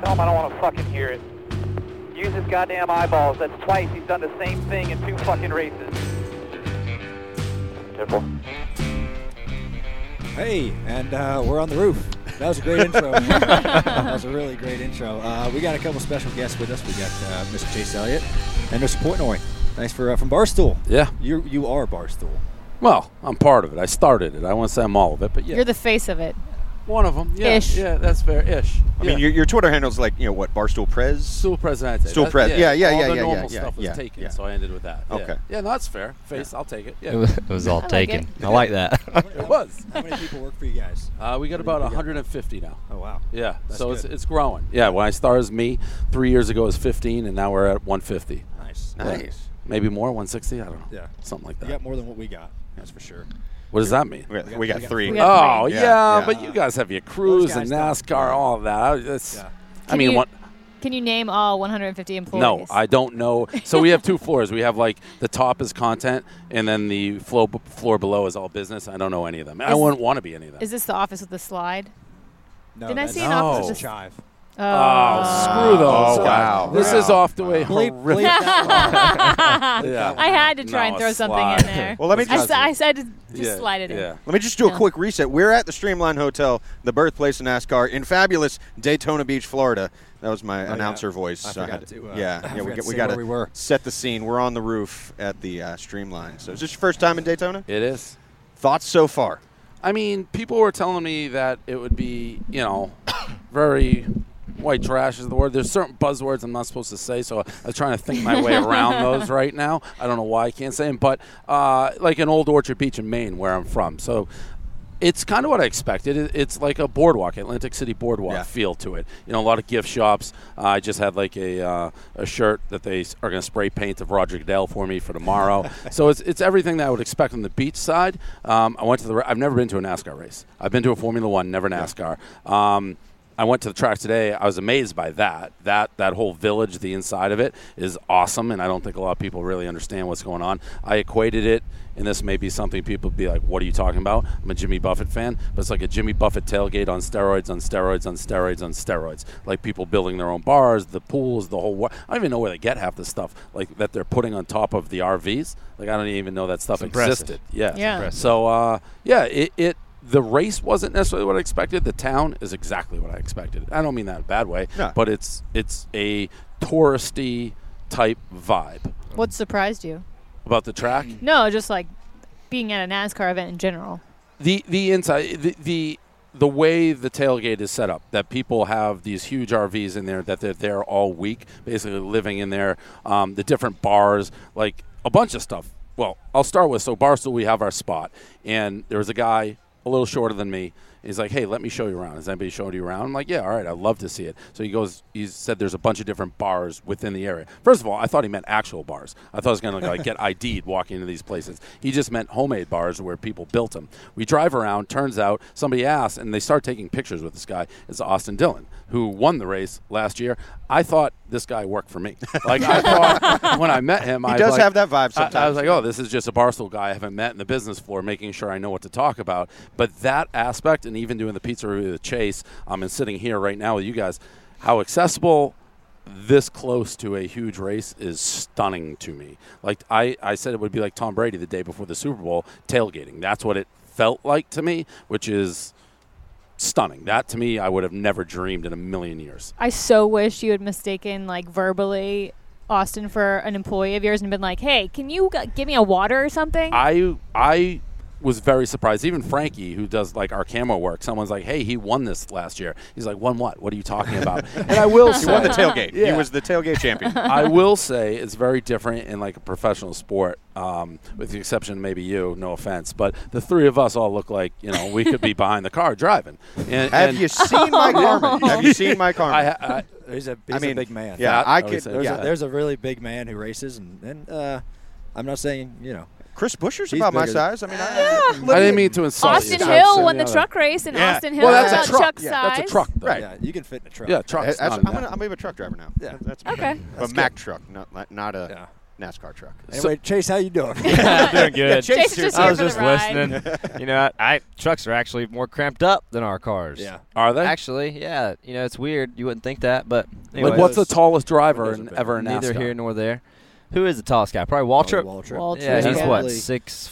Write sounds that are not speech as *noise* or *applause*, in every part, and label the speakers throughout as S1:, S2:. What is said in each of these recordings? S1: I don't want to fucking hear it. Use his goddamn eyeballs. That's twice he's done the same thing in two fucking races. Temple.
S2: Hey, and uh, we're on the roof. That was a great
S3: *laughs*
S2: intro. that was a really great intro. Uh, we got a couple special guests with us. We got uh, Mr. Chase Elliott and Mr. Portnoy. Thanks for uh, from Barstool.
S4: Yeah.
S2: You you are Barstool.
S4: Well, I'm part of it. I started it. I won't say I'm all of it, but yeah,
S3: You're the face of it.
S4: one of them. Yeah,
S3: Ish.
S4: yeah, that's fair. Ish.
S5: I
S4: yeah.
S5: mean, your, your Twitter handle's like, you know, what, Barstool Prez?
S4: Stool Presidente.
S5: Stool
S4: That-
S5: pres- yeah, yeah,
S4: all
S5: yeah,
S4: the
S5: yeah,
S4: normal
S5: yeah,
S4: stuff was
S5: yeah,
S4: taken,
S5: yeah.
S4: so I ended with that. yeah.
S5: Okay.
S4: Yeah, no, that's fair. Face, I'll take it. Yeah,
S6: It was, it was all
S3: like
S6: taken.
S3: it.
S6: I like *laughs* that.
S4: it was.
S2: How many people work for you guys?
S4: Uh, we got about 150 now.
S2: Oh wow.
S4: Yeah,
S2: That's
S4: so it's,
S2: good.
S4: it's growing. Yeah, when I started as me, three years ago it was 15, and now we're at 150.
S2: Nice.
S5: Nice.
S4: Maybe more, 160? I don't know.
S2: Yeah.
S4: Something like
S2: You
S4: that.
S2: got more than what we got. That's for sure.
S4: What does that mean?
S5: We got, we got three.
S3: We got-
S4: Oh,
S5: Yeah,
S4: yeah,
S5: yeah.
S4: but you guys have your cruise and
S2: guys
S4: NASCAR,
S2: don't-
S4: all of that. I, that's,
S2: Yeah.
S4: I mean,
S3: you-
S4: one,
S3: Can you name all 150 employees?
S4: No, I don't know. So we have two floors. We have like the top is content, and then the floor b- floor below is all business. I don't know any of them. I
S3: Is-
S4: wouldn't want to be any of them.
S3: Is this the office with the slide?
S2: No,
S3: Didn't I
S2: that's-
S3: see
S4: an officer
S2: that's
S4: just-
S2: chive?
S3: Oh,
S4: oh, screw those!
S5: Oh, wow.
S4: This is off the way.
S2: Bleep, bleep
S4: horrific.
S3: *laughs*
S2: that one.
S4: Yeah.
S3: I had to try and
S4: No,
S3: throw
S4: a
S3: something in
S4: slide.
S3: there.
S5: Well, let me
S3: I, s-
S5: just
S3: I said to just slide it in.
S4: yeah.
S5: let me just do a quick reset. We're at the Streamline Hotel, the birthplace of NASCAR, in fabulous Daytona Beach, Florida. That was my announcer voice.
S2: Oh, I
S5: so
S2: forgot
S5: had
S2: to, uh, *laughs* I
S5: yeah, yeah. We,
S2: forgot
S5: got-
S2: to
S5: we
S2: say
S5: got
S2: where we were.
S5: set the scene. We're on the roof at the uh, Streamline. So, is this your first time in Daytona?
S4: It is.
S5: Thoughts so far?
S4: I mean, people were telling me that it would be, you know, *coughs* very white trash is the word. There's certain buzzwords I'm not supposed to say, so I was trying to think my way around those right now. I don't know why I can't say them, but uh, like in Old Orchard Beach in Maine, where I'm from, so. It's kind of what I expected. It- It's like a boardwalk, Atlantic City boardwalk
S5: Yeah.
S4: feel to it. You know, a lot of gift shops. Uh, I just had like a uh, a shirt that they s- are going to spray paint of Roger Goodell for me for tomorrow. so it's, it's everything that I would expect on the beach side. Um, I went to the. ra- I've never been to a NASCAR race. I've been to a Formula One, never NASCAR. Um, I went to the track today. I was amazed by that. That that whole village, the inside of it, is awesome, and I don't think a lot of people really understand what's going on. I equated it, and this may be something people be like, "What are you talking about?" I'm a Jimmy Buffett fan, but it's like a Jimmy Buffett tailgate on steroids, on steroids, on steroids, on steroids. Like people building their own bars, the pools, the whole. Wor- I don't even know where they get half the stuff like that they're putting on top of the RVs. Like I don't even know that stuff
S6: impressive.
S4: existed. Yeah.
S3: Yeah. impressive.
S4: So uh, yeah, it, it the race wasn't necessarily what I expected. The town is exactly what I expected. I don't mean that in a bad way,
S5: No.
S4: but it's it's a touristy type vibe
S3: What surprised you?
S4: about the track.
S3: No, just like being at a NASCAR event in general.
S4: the the inside the, the the way the tailgate is set up that people have these huge rvs in there that they're there all week basically living in there um, the different bars like a bunch of stuff well i'll start with so barstool we have our spot and there was a guy a little shorter than me he's like hey let me show you around is anybody showing you around i'm like yeah all right i'd love to see it so he goes he said there's a bunch of different bars within the area first of all i thought he meant actual bars i thought I was going to like
S5: *laughs*
S4: get id'd walking into these places he just meant homemade bars where people built them we drive around turns out somebody asks and they start taking pictures with this guy it's austin dillon who won the race last year i thought this guy worked for me like i
S5: *laughs*
S4: thought when i met him
S5: He
S4: I
S5: does
S4: like-
S5: have that vibe
S4: I- I,
S5: sometimes.
S4: was like, oh, this is just a Barstool guy I haven't met in the business floor, making sure I know what to talk about. But that aspect, and even doing the pizza review with Chase, um, and sitting here right now with you guys, how accessible this close to a huge race is stunning to me. Like I, I said, it would be like Tom Brady the day before the Super Bowl tailgating. That's what it felt like to me, which is stunning. That to me, I would have never dreamed in a million years.
S3: I so wish you had mistaken like verbally Austin for an employee of yours and been like, "Hey, can you g- give me a water or something?"
S4: I I was very surprised. Even Frankie, who does like our camera work, someone's like, "Hey, he won this last year." He's like, "Won what? What are you talking
S3: *laughs*
S4: about?" and I will
S5: He
S4: say,
S5: won the tailgate. He
S4: Yeah.
S5: was the
S2: *laughs*
S5: tailgate champion.
S4: I will say it's very different in like a professional sport, um, with the exception of maybe you. No offense, but the three of us all look like you know we could be behind the car driving. And,
S5: Have
S4: and
S5: you
S2: *laughs*
S5: seen my Carmen? Have you seen my Carmen?
S4: I, ha- I,
S2: There's a, he's
S5: I mean,
S2: a big man.
S5: Yeah,
S4: That
S5: I
S4: I would
S5: could.
S4: say.
S2: There's,
S5: Yeah,
S2: a, there's a really big man who races, and, and uh, I'm not saying you
S3: *laughs*
S2: know.
S5: Chris Busher's
S2: He's
S5: about my
S2: bigger.
S5: size. I mean, I-
S4: I didn't mean to insult you.
S3: Austin
S4: so-
S3: Hill
S4: so,
S3: won
S4: yeah,
S3: the truck race, and
S5: Yeah.
S3: Austin Hill
S4: Well,
S3: is
S4: that's a
S3: about
S4: truck.
S3: Chuck
S4: yeah,
S3: size.
S4: that's a
S3: *laughs*
S4: truck, though.
S5: Right.
S2: Yeah, you can fit in a truck.
S4: Yeah, trucks. not
S5: That's- I'm
S4: in that.
S5: gonna, I'm gonna be a truck driver now.
S2: Yeah.
S5: That's
S3: Okay.
S5: a Mack truck, not not a
S2: yeah.
S5: NASCAR truck.
S2: Anyway, Chase, how you
S4: *laughs*
S2: doing?
S6: I'm doing good.
S5: Chase
S3: Chase is
S5: here.
S3: just here
S6: I was
S3: for
S6: just
S3: the ride.
S6: listening. you know, I, I trucks are actually more cramped up than our cars.
S2: *laughs* yeah.
S4: Are they?
S6: Actually, yeah. You know, it's weird. You wouldn't think that, but
S4: like,
S6: anyways,
S4: what's the tallest driver
S2: Windows are
S4: in,
S2: big.
S4: ever in
S6: neither
S4: NASCAR?
S6: here nor there. Who is the tallest guy? Probably Waltrip.
S2: Probably Waltrip.
S3: Waltrip.
S6: yeah, he's
S2: Yeah.
S6: what
S2: Probably-
S6: six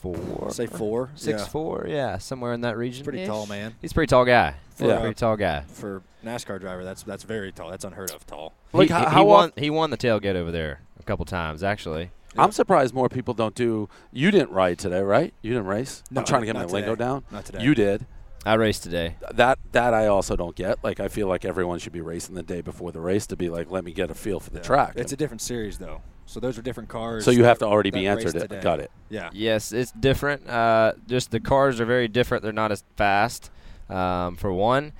S6: four.
S2: Say four.
S6: Six
S2: yeah.
S6: four. Yeah, somewhere in that region.
S2: Pretty
S3: Ish.
S2: tall man.
S6: He's a pretty tall guy.
S2: For,
S6: yeah,
S2: uh,
S6: pretty tall guy.
S2: For NASCAR driver, that's that's very tall. That's unheard of tall.
S4: Like,
S6: he,
S4: h-
S6: he- he
S4: how
S6: won?
S4: oft-
S6: He won the tailgate over there a couple times actually.
S4: I'm surprised more people don't do. You didn't ride today, right? You didn't race.
S2: No,
S4: I'm trying to get
S2: not
S4: my
S2: today.
S4: lingo down.
S2: Not today.
S4: You did.
S6: I raced today.
S4: That that I also don't get. Like I feel like everyone should be racing the day before the race to be like, let me get a feel for the track.
S2: It's a different series though, so those are different cars.
S4: so you have
S2: that-
S4: to already be
S2: that race
S4: answered. It.
S2: today.
S4: Got it.
S2: Yeah.
S6: Yes, it's different. Uh, just the cars are very different. They're not as fast. Um, for one,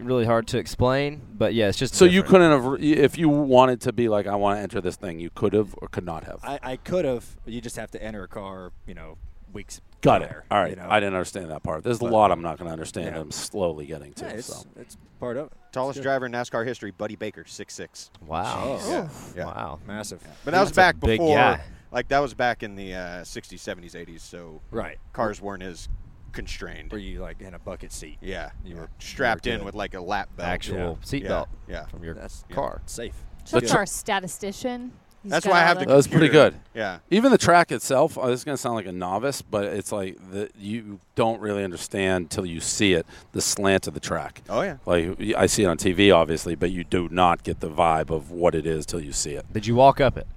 S6: really hard to explain. But yeah, it's just
S4: So you
S6: different.
S4: couldn't have, re- if you wanted to be like, I want to enter this thing, you could have or could not have.
S2: I, I could have. You just have to enter a car. You know, weeks.
S4: Got it.
S2: prior,
S4: All right.
S2: you know?
S4: I didn't understand that part. There's a
S2: But-
S4: lot I'm not going to understand.
S2: Yeah.
S4: I'm slowly getting to.
S2: Yeah, it's,
S4: so.
S2: it's part of it.
S5: Tallest
S2: It's good.
S5: driver in NASCAR history, Buddy Baker, six six.
S6: Wow.
S2: Jeez. Yeah.
S5: Oh, Yeah.
S6: Wow.
S2: Massive.
S5: But that was
S6: That's a
S5: back
S6: big
S5: before,
S6: guy.
S5: like that was back in the uh, 60s, 70s, 80s. So
S2: Right.
S5: cars weren't as constrained.
S2: Were you like in a bucket seat?
S5: yeah,
S2: You
S5: yeah.
S2: were-
S5: strapped
S2: you were
S5: in
S2: good.
S5: with like a lap belt.
S6: Actual
S5: yeah.
S6: seatbelt
S5: Yeah, yeah.
S6: from your
S2: That's
S6: car.
S2: safe.
S3: Such
S4: The
S3: our statistician. He's
S5: That's
S3: got
S5: why I
S3: all
S5: have
S3: the
S5: the.
S4: That was pretty
S5: computer.
S4: good.
S5: Yeah.
S4: Even the track itself, oh, this is going to sound like a novice, but it's like the, you don't really understand till you see it the slant of the track.
S5: Oh yeah.
S4: Like y- I see it on TV, obviously, but you do not get the vibe of what it is till you see it.
S6: Did you walk up it?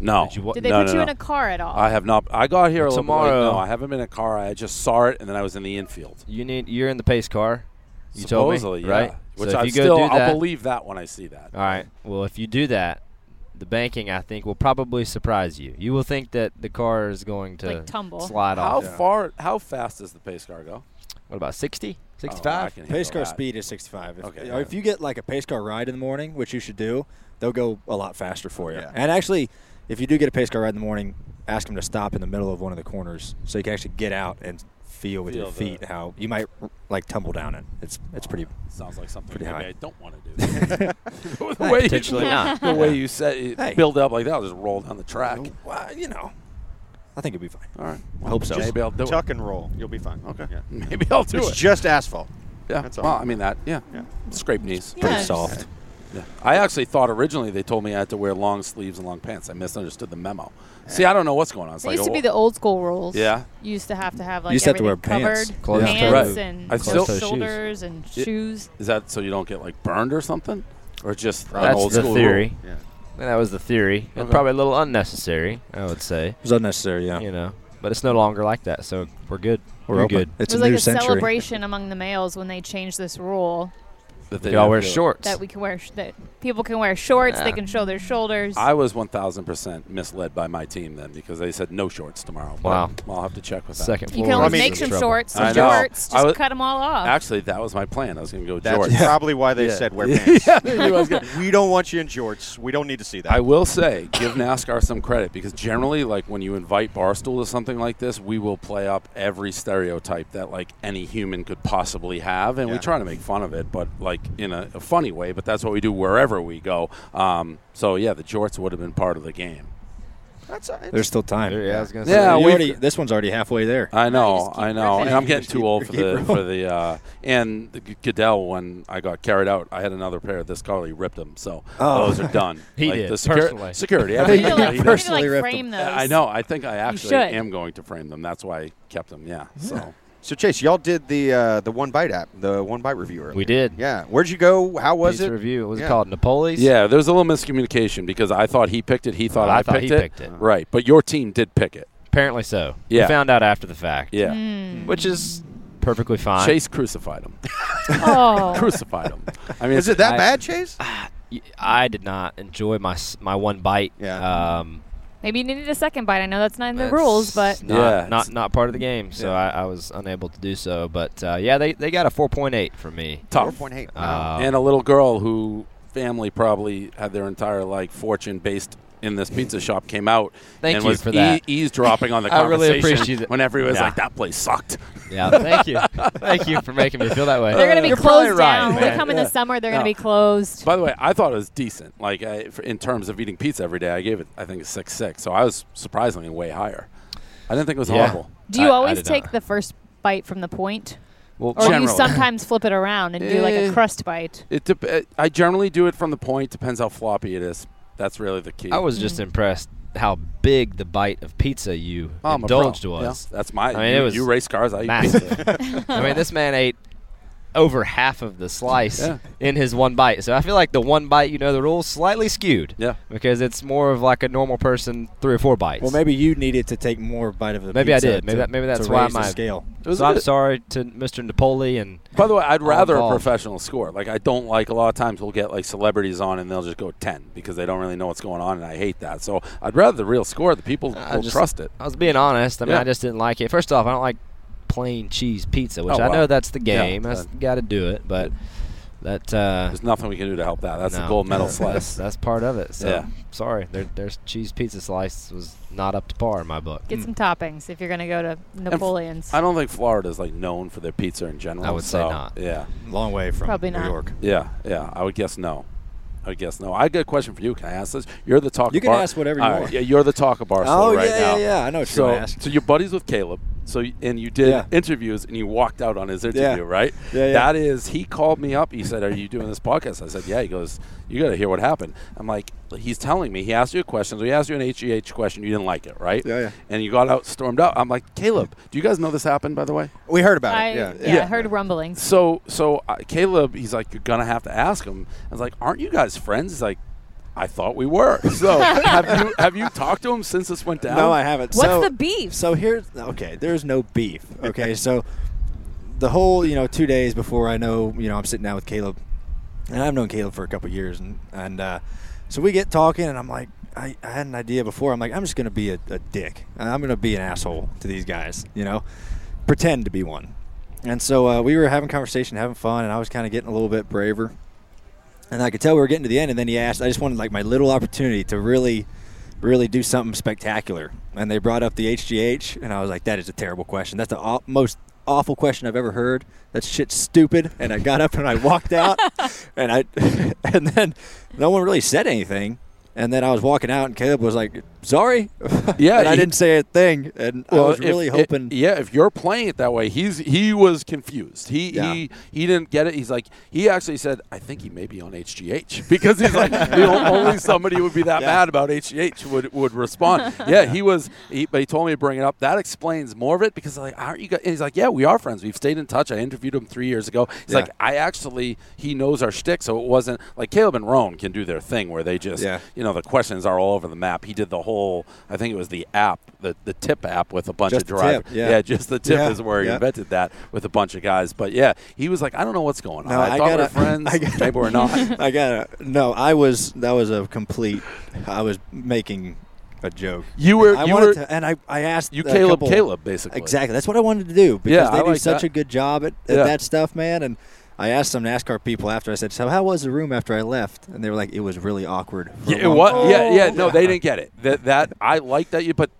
S4: No.
S6: Did you wa-
S3: Did they
S4: no,
S3: put
S4: no,
S3: you
S4: no.
S3: in a car at all?
S4: I have not. I got here a little bit late.
S6: Tomorrow.
S4: No, I haven't been in a car. I just saw it, and then I was in the infield.
S6: You need. You're in the pace car. You told
S4: Supposedly,
S6: me,
S4: yeah.
S6: right?
S4: Which
S6: so if
S4: I
S6: you go
S4: still
S6: do that,
S4: I'll believe that when I see that.
S6: All right. Well, if you do that, the banking I think will probably surprise you. You will think that the car is going to
S3: Like tumble.
S6: slide
S4: How
S6: off.
S4: far? How fast does the pace car go?
S6: What about
S4: Oh,
S6: 60?
S4: I
S6: 65?
S4: can handle
S2: Pace car
S4: that.
S2: speed is 65. If,
S4: Okay,
S2: or
S4: yeah.
S2: if you get like a pace car ride in the morning, which you should do, they'll go a lot faster for you.
S5: Yeah.
S2: And actually, if you do get a pace car ride in the morning, ask them to stop in the middle of one of the corners so you can actually get out and feel with your
S4: Feel the-
S2: feet how you might like tumble down it. It's it's pretty.
S4: Sounds like something
S2: Pretty
S4: maybe
S2: high.
S4: I don't want
S6: *laughs*
S4: to do. the way *laughs*
S6: Potentially
S4: you,
S6: not.
S4: The way you said it,
S2: Hey.
S4: build up like that, I'll just roll down the track.
S2: Well, you know, I think it'll be fine.
S4: All right.
S2: I hope so.
S4: Maybe I'll do
S5: Tuck and roll. You'll be fine.
S4: it. Okay.
S5: Yeah.
S4: *laughs* Maybe I'll do
S5: It's
S4: it.
S5: just asphalt.
S4: yeah.
S5: that's all.
S4: well, I mean that. Yeah.
S5: Yeah.
S4: Scrape knees.
S3: Yeah,
S2: Pretty
S3: just-
S2: soft.
S4: Yeah. I actually thought originally they told me I had to wear long sleeves and long pants. I misunderstood the memo. See, I don't know what's going on. It's
S3: It
S4: like,
S3: used to
S4: oh,
S3: be the old school rules.
S4: Yeah.
S3: You used to have to have like
S2: used to have to wear
S3: everything
S2: pants.
S3: covered,
S6: Closed
S3: pants
S4: toe-
S3: and
S4: I still-
S3: closed
S6: Closed toe shoes.
S3: shoulders and
S4: Yeah.
S3: shoes.
S4: Is that so you don't get like burned or something, or just an
S6: That's
S4: old
S6: the
S4: school
S6: theory.
S4: Rule?
S5: Yeah.
S6: That was the theory. It's
S4: Okay.
S6: probably a little unnecessary, I would say.
S2: It was unnecessary. Yeah,
S6: You know, but it's no longer like that, so we're good.
S2: we're
S6: You're
S2: open.
S6: good.
S2: It's
S3: it was
S2: a
S3: like
S2: new
S3: a
S2: century.
S3: celebration among the males when they changed this rule
S4: That
S6: We
S4: they
S6: could all
S4: don't
S6: wear
S4: do it.
S6: shorts.
S3: that we can wear sh- that people can wear shorts, they
S6: Yeah.
S3: can show their shoulders.
S4: I was 1,000% misled by my team then because they said no shorts tomorrow. But
S6: Wow.
S4: I'll have to check with that.
S6: Second
S3: you
S6: floor.
S3: can
S5: Well, I
S3: always
S5: mean-
S3: make some shorts,
S4: I
S3: some
S4: know.
S3: shorts.
S4: I
S3: Just
S4: was-
S3: cut them all off.
S4: Actually, that was my plan. I was going to go
S5: That's
S6: *laughs*
S4: George.
S5: probably why they
S4: Yeah.
S5: said wear pants.
S4: Yeah, they knew I was gonna-
S5: *laughs* we don't want you in jorts. We don't need to see that.
S4: I will say, give NASCAR some credit because generally, like when you invite Barstool to something like this, we will play up every stereotype that like any human could possibly have, and we
S5: Yeah.
S4: try to make fun of it, but like in a, a funny way. But that's what we do wherever we go. Um, so yeah, the jorts would have been part of the game.
S5: That's, uh,
S2: There's still time.
S6: Yeah, I was gonna say.
S4: Yeah,
S2: You
S4: we've-
S2: already, this one's already halfway there.
S4: I know,
S3: just keep
S4: I know,
S3: riffing.
S4: and I'm getting
S2: Just
S4: too
S2: keep-
S4: old for
S2: keep
S4: the
S2: rolling.
S4: for the uh, and the G- Goodell when I got carried out. I had another pair of this color. He ripped them, so
S2: Oh.
S4: those are done.
S6: *laughs* He
S4: Like,
S6: did,
S4: the secur-
S6: personally. *laughs*
S4: security. *laughs*
S3: you need
S4: everything
S3: to
S2: I
S4: he
S3: like, you
S4: did.
S3: need to,
S2: personally
S3: like
S2: ripped
S3: frame those.
S4: I know. I think I actually
S3: should.
S4: am going to frame them. That's why I kept them. Yeah. So
S5: so Chase, y'all did the uh, the one bite app, the one bite review earlier.
S6: We did.
S5: Yeah. Where'd you go? How was
S6: Piece
S5: it?
S6: of review. What was
S5: Yeah.
S6: it called? Napoli's?
S4: yeah, there's a little miscommunication because I thought he picked it. He thought I,
S6: I thought
S4: picked
S6: he
S4: it.
S6: picked it.
S4: Right, but your team did pick it.
S6: Apparently so.
S4: Yeah.
S6: We found out after the fact.
S4: Yeah.
S3: Hmm.
S6: *laughs* Which is perfectly fine.
S4: Chase crucified him.
S3: Mm. oh,
S4: crucified
S6: *laughs*
S4: him. I mean,
S5: Is it that
S6: I-
S5: bad, Chase?
S6: Y- I did not enjoy my s- my one bite.
S5: Yeah.
S6: Um,
S3: maybe you needed a second bite. I know that's not in the
S6: That's
S3: rules, but
S6: not,
S4: Yeah, it's-
S6: not not part of the game. So I, I was unable to do so. But uh, yeah, they, they got a 4.8 from me.
S4: tough.
S5: 4.8.
S6: Uh,
S4: and a little girl who family probably had their entire like fortune based in this pizza shop came out
S6: Thank
S4: and
S6: you
S4: was
S6: for that.
S4: E- eavesdropping on the
S6: *laughs* I
S4: conversation
S6: really appreciate it.
S4: when everyone was
S6: Yeah.
S4: like, that place sucked.
S6: Yeah, thank you, thank you for making me feel that way.
S3: They're going to be
S6: You're probably
S3: closed
S6: right,
S3: down.
S6: man.
S3: They're coming this summer. They're going to be closed.
S4: By the way, I thought it was decent. Like I, for, in terms of eating pizza every day, I gave it I think a six six. So I was surprisingly way higher. I didn't think it was
S6: Yeah.
S4: horrible.
S3: Do you
S6: I- I
S3: always
S6: did
S3: take
S6: not.
S3: the first bite from the point?
S6: Well,
S3: Or do you
S4: Generally.
S3: sometimes flip it around and do like a
S4: Eh.
S3: crust bite?
S4: It dep I generally do it from the point. Depends how floppy it is. That's really the key.
S6: I was just impressed how big the bite of pizza you
S4: Oh, I'm a pro.
S6: indulged was.
S4: Yeah, that's my.
S6: I mean,
S4: you,
S6: it was
S4: you race cars. I eat pizza.
S6: Massive. *laughs* I mean, this man ate over half of the slice
S4: Yeah.
S6: in his one bite. So I feel like the one bite, you know, the rules slightly skewed.
S4: Yeah.
S6: Because it's more of like a normal person three or four bites.
S2: Well, maybe you needed to take more bite of the.
S6: Maybe I
S2: pizza
S6: did. Maybe
S2: to-
S6: that- maybe
S2: to
S6: that's why
S2: raise the
S6: my-
S2: scale.
S4: It was
S6: so I'm
S4: good.
S6: sorry to Mr. Napoli and
S4: *laughs* By the way, I'd rather a
S6: involved.
S4: professional score. Like I don't like a lot of times we'll get like celebrities on and they'll just go ten because they don't really know what's going on, and I hate that. So I'd rather the real score. The people
S6: I
S4: will
S6: just-
S4: trust it.
S6: I was being honest. I mean,
S4: Yeah.
S6: I just didn't like it. First off, I don't like plain cheese pizza, which
S4: Oh,
S6: I
S4: wow.
S6: know that's the
S4: Yeah,
S6: game. That's
S4: uh,
S6: got to do it, but that uh,
S4: There's nothing we can do to help that. That's the
S6: no.
S4: gold medal
S6: *laughs* That's,
S4: slice.
S6: that's part of it. So
S4: Yeah.
S6: sorry, their their cheese pizza slice was not up to par in my book.
S3: Get some toppings if you're going to go to Napoleon's.
S4: I don't think Florida's like known for their pizza in general.
S6: I would say
S4: so,
S6: not.
S4: Yeah,
S2: Long way from
S3: Probably
S2: New
S3: not.
S2: York.
S4: yeah, yeah. I would guess no. I would guess no. I got a question for you. Can I ask this? You're the talk.
S2: You
S4: of
S2: can
S4: bar-
S2: ask whatever you
S4: All right,
S2: want.
S4: Yeah, you're the talk of Barcelona
S2: Oh,
S4: right
S2: yeah,
S4: now.
S2: yeah, yeah. I know what you're
S4: so,
S2: gonna ask.
S4: So you're buddies with Caleb. So y- and you did
S2: Yeah.
S4: interviews and you walked out on his interview, right?
S2: Yeah, yeah.
S4: That is, he called me up. He said, "Are you doing this podcast?" I said, "Yeah." He goes, "You got to hear what happened." I'm like, he's telling me. He asked you a question. So he asked you an HGH question. You didn't like it, right?
S2: Yeah, yeah.
S4: And you got out, stormed out. I'm like, Caleb, do you guys know this happened? By the way.
S5: We heard about
S3: I,
S5: it.
S3: yeah,
S5: Yeah.
S3: I heard rumblings.
S4: So so uh, Caleb, he's like, you're gonna have to ask him. I was like, aren't you guys friends? He's like, I thought we were. *laughs* So have you have you talked to him since this went down?
S2: No, I haven't.
S3: What's
S2: so,
S3: the beef?
S2: So here's okay. There's no beef. Okay, so the whole you know two days before I know you know I'm sitting down with Caleb, and I've known Caleb for a couple years, and and uh, so we get talking, and I'm like. I, I had an idea before. I'm like, I'm just gonna be a, a dick. I'm gonna be an asshole to these guys, you know, pretend to be one. And so uh, we were having conversation, having fun, and I was kind of getting a little bit braver. And I could tell we were getting to the end, and then he asked. I just wanted like my little opportunity to really, really do something spectacular. And they brought up the HGH, and I was like, "That is a terrible question. That's the aw- most awful question I've ever heard. That shit's stupid." And I got up and I walked out, and I, *laughs* and then no one really said anything. And then I was walking out, and Caleb was like, "Sorry," *laughs*
S4: Yeah,
S2: and I
S4: he-
S2: didn't say a thing. And I was really
S4: if- i-
S2: hoping.
S4: yeah, if you're playing it that way, he's he was confused. He
S2: Yeah.
S4: he he didn't get it. He's like he actually said, I think he may be on HGH *laughs* because he's like the
S2: *laughs*
S4: o- only somebody who would be that
S2: Yeah.
S4: mad about HGH would would respond. yeah, he was. He, but he told me to bring it up. That explains more of it because like aren't you? Guys? And he's like, yeah, we are friends. We've stayed in touch. I interviewed him three years ago. He's
S2: Yeah.
S4: like, I actually he knows our shtick, so it wasn't like Caleb and Roan can do their thing where they just
S2: Yeah.
S4: you know the questions are all over the map. He did the whole. I think it was the app, the the tip app with a bunch bunch
S2: Just the
S4: of drive-
S2: tip, yeah.
S4: just the tip
S2: Yeah,
S4: is where he
S2: yeah.
S4: invented that with a bunch of guys. But yeah, he was like, I don't know what's going on.
S2: No,
S4: I,
S2: I
S4: thought we
S2: gotta-
S4: were friends.
S2: *laughs* I gotta-
S4: Maybe we're
S2: *laughs*
S4: not.
S2: I got to no. I was that was a complete. I was making a joke.
S4: You were-
S2: I
S4: you
S2: wanted
S4: were-
S2: to, and I I asked
S4: You
S2: a
S4: Caleb
S2: couple-
S4: Caleb basically.
S2: Exactly. That's what I wanted to do because
S4: Yeah,
S2: they
S4: I
S2: do
S4: like
S2: such
S4: that.
S2: a good job at, at
S4: Yeah.
S2: that stuff, man. And I asked some NASCAR people after I said, "So how was the room after I left?" And they were like, "It was really awkward." for a
S4: Yeah, it
S2: long
S4: was.
S2: time." Oh,
S4: Yeah, yeah. No, they didn't get it. That that I like that you. But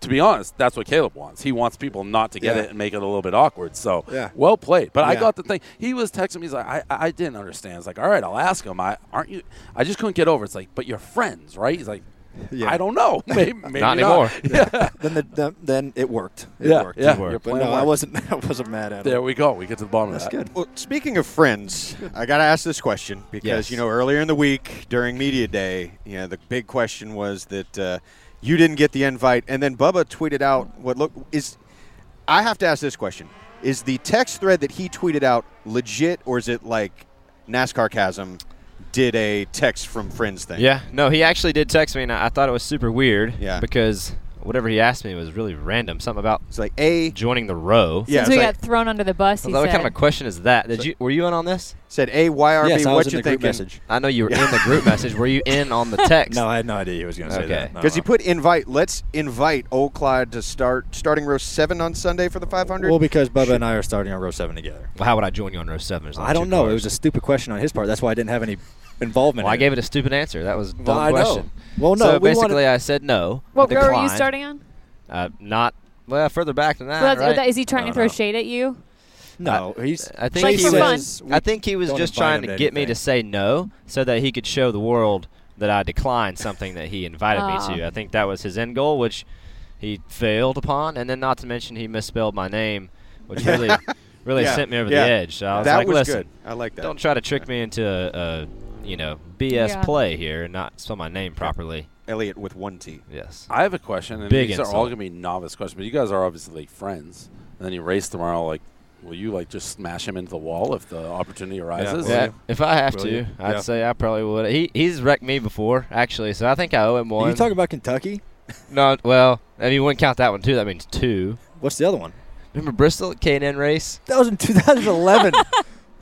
S4: to be honest, that's what Caleb wants. He wants people not to get
S2: Yeah.
S4: it and make it a little bit awkward. So
S2: Yeah.
S4: well played. But I
S2: Yeah.
S4: got the thing. He was texting me. He's like, I, I I didn't understand. It's like, all right, I'll ask him. I aren't you? I just couldn't get over. it. It's like, but you're friends, right? He's like.
S2: Yeah.
S4: I
S2: *laughs*
S4: don't know. Maybe, maybe
S6: Not anymore.
S4: *laughs* Yeah.
S2: Then the, the then it worked. It
S4: Yeah,
S2: worked.
S4: yeah,
S2: It
S4: your
S2: worked. But
S4: plan
S2: no, I
S4: worked.
S2: wasn't. *laughs* I wasn't mad at
S4: There
S2: it.
S4: we go. We get to the bottom
S2: That's
S4: of that.
S2: good.
S5: Well, speaking of friends, I got to ask this question because
S6: Yes.
S5: you know earlier in the week during media day, you know the big question was that uh, you didn't get the invite, and then Bubba tweeted out what look is. I have to ask this question: Is the text thread that he tweeted out legit, or is it like NASCAR Chasm did a text from friends thing?
S6: Yeah, no, he actually did text me, and I, I thought it was super weird.
S5: Yeah.
S6: Because whatever he asked me was really random. Something about
S5: it's like a.
S6: joining the row.
S5: Yeah,
S3: Since we
S5: it's
S3: got
S5: like,
S3: thrown under the bus, he
S6: So what
S3: said.
S6: kind of a question is that? Did you were you in on this?
S5: Said, "Hey, YRB,
S2: yes, I was
S5: what
S2: in the
S5: you
S2: group
S5: thinking?"
S2: message.
S6: I know you were in the group message. Were you in on the text?
S2: No, I had no idea he was going to say
S6: Okay.
S2: that. No,
S5: Because you
S2: no.
S5: put invite. Let's invite Old Clyde to start starting row seven on Sunday for the 500.
S2: well because Bubba and I are starting on row seven together.
S6: Well, how would I join you on row seven? There's only
S2: I
S6: two
S2: don't know. It
S6: cars.
S2: was a stupid question on his part. That's why I didn't have any involvement.
S6: Well, I
S2: in it.
S6: gave it a stupid answer. That was a dumb
S2: Well, I know.
S6: question.
S2: Well, no,
S6: So
S2: we
S6: basically,
S2: wanted-
S6: I said no.
S3: What row are you
S6: declined.
S3: starting on?
S6: Uh, not well further back than that.
S3: So that's,
S6: Ah, right?
S3: is he trying
S2: No,
S3: to throw
S2: no.
S3: shade at you?
S2: No, he's.
S6: I think
S3: Like
S6: he
S3: for
S6: was.
S2: fun.
S6: I think he was
S2: Don't
S6: just
S2: invite
S6: trying
S2: him
S6: to
S2: to
S6: get me to
S2: anything.
S6: say no, so that he could show the world that I declined something that he invited
S3: Aw.
S6: me to. I think that was his end goal, which he failed upon, and then not to mention he misspelled my name,
S2: *laughs*
S6: which really, really
S5: Yeah,
S6: sent me over
S5: yeah.
S6: the edge. So I was
S5: that
S6: like,
S5: was
S6: listen,
S5: good. I like that.
S6: don't try to trick me into a, a you know BS
S3: Yeah.
S6: play here and not spell my name properly.
S5: Elliot with one T.
S6: Yes.
S4: I have a question, and
S6: Big
S4: these are
S6: insult.
S4: all gonna be novice questions, but you guys are obviously like friends. And then you race tomorrow. Like, will you like just smash him into the wall if the opportunity arises?
S2: Will
S6: Yeah,
S2: you?
S6: if I have
S2: Will
S6: to,
S2: you?
S6: I'd
S2: Yeah.
S6: say I probably would. He he's wrecked me before actually, so I think I owe him
S2: Are
S6: one.
S2: you talking about Kentucky?
S6: no, well, I mean, you wouldn't count that one too. That means two.
S2: What's the other one?
S6: Remember Bristol K and N race?
S2: That was in
S6: *laughs*
S2: 2011.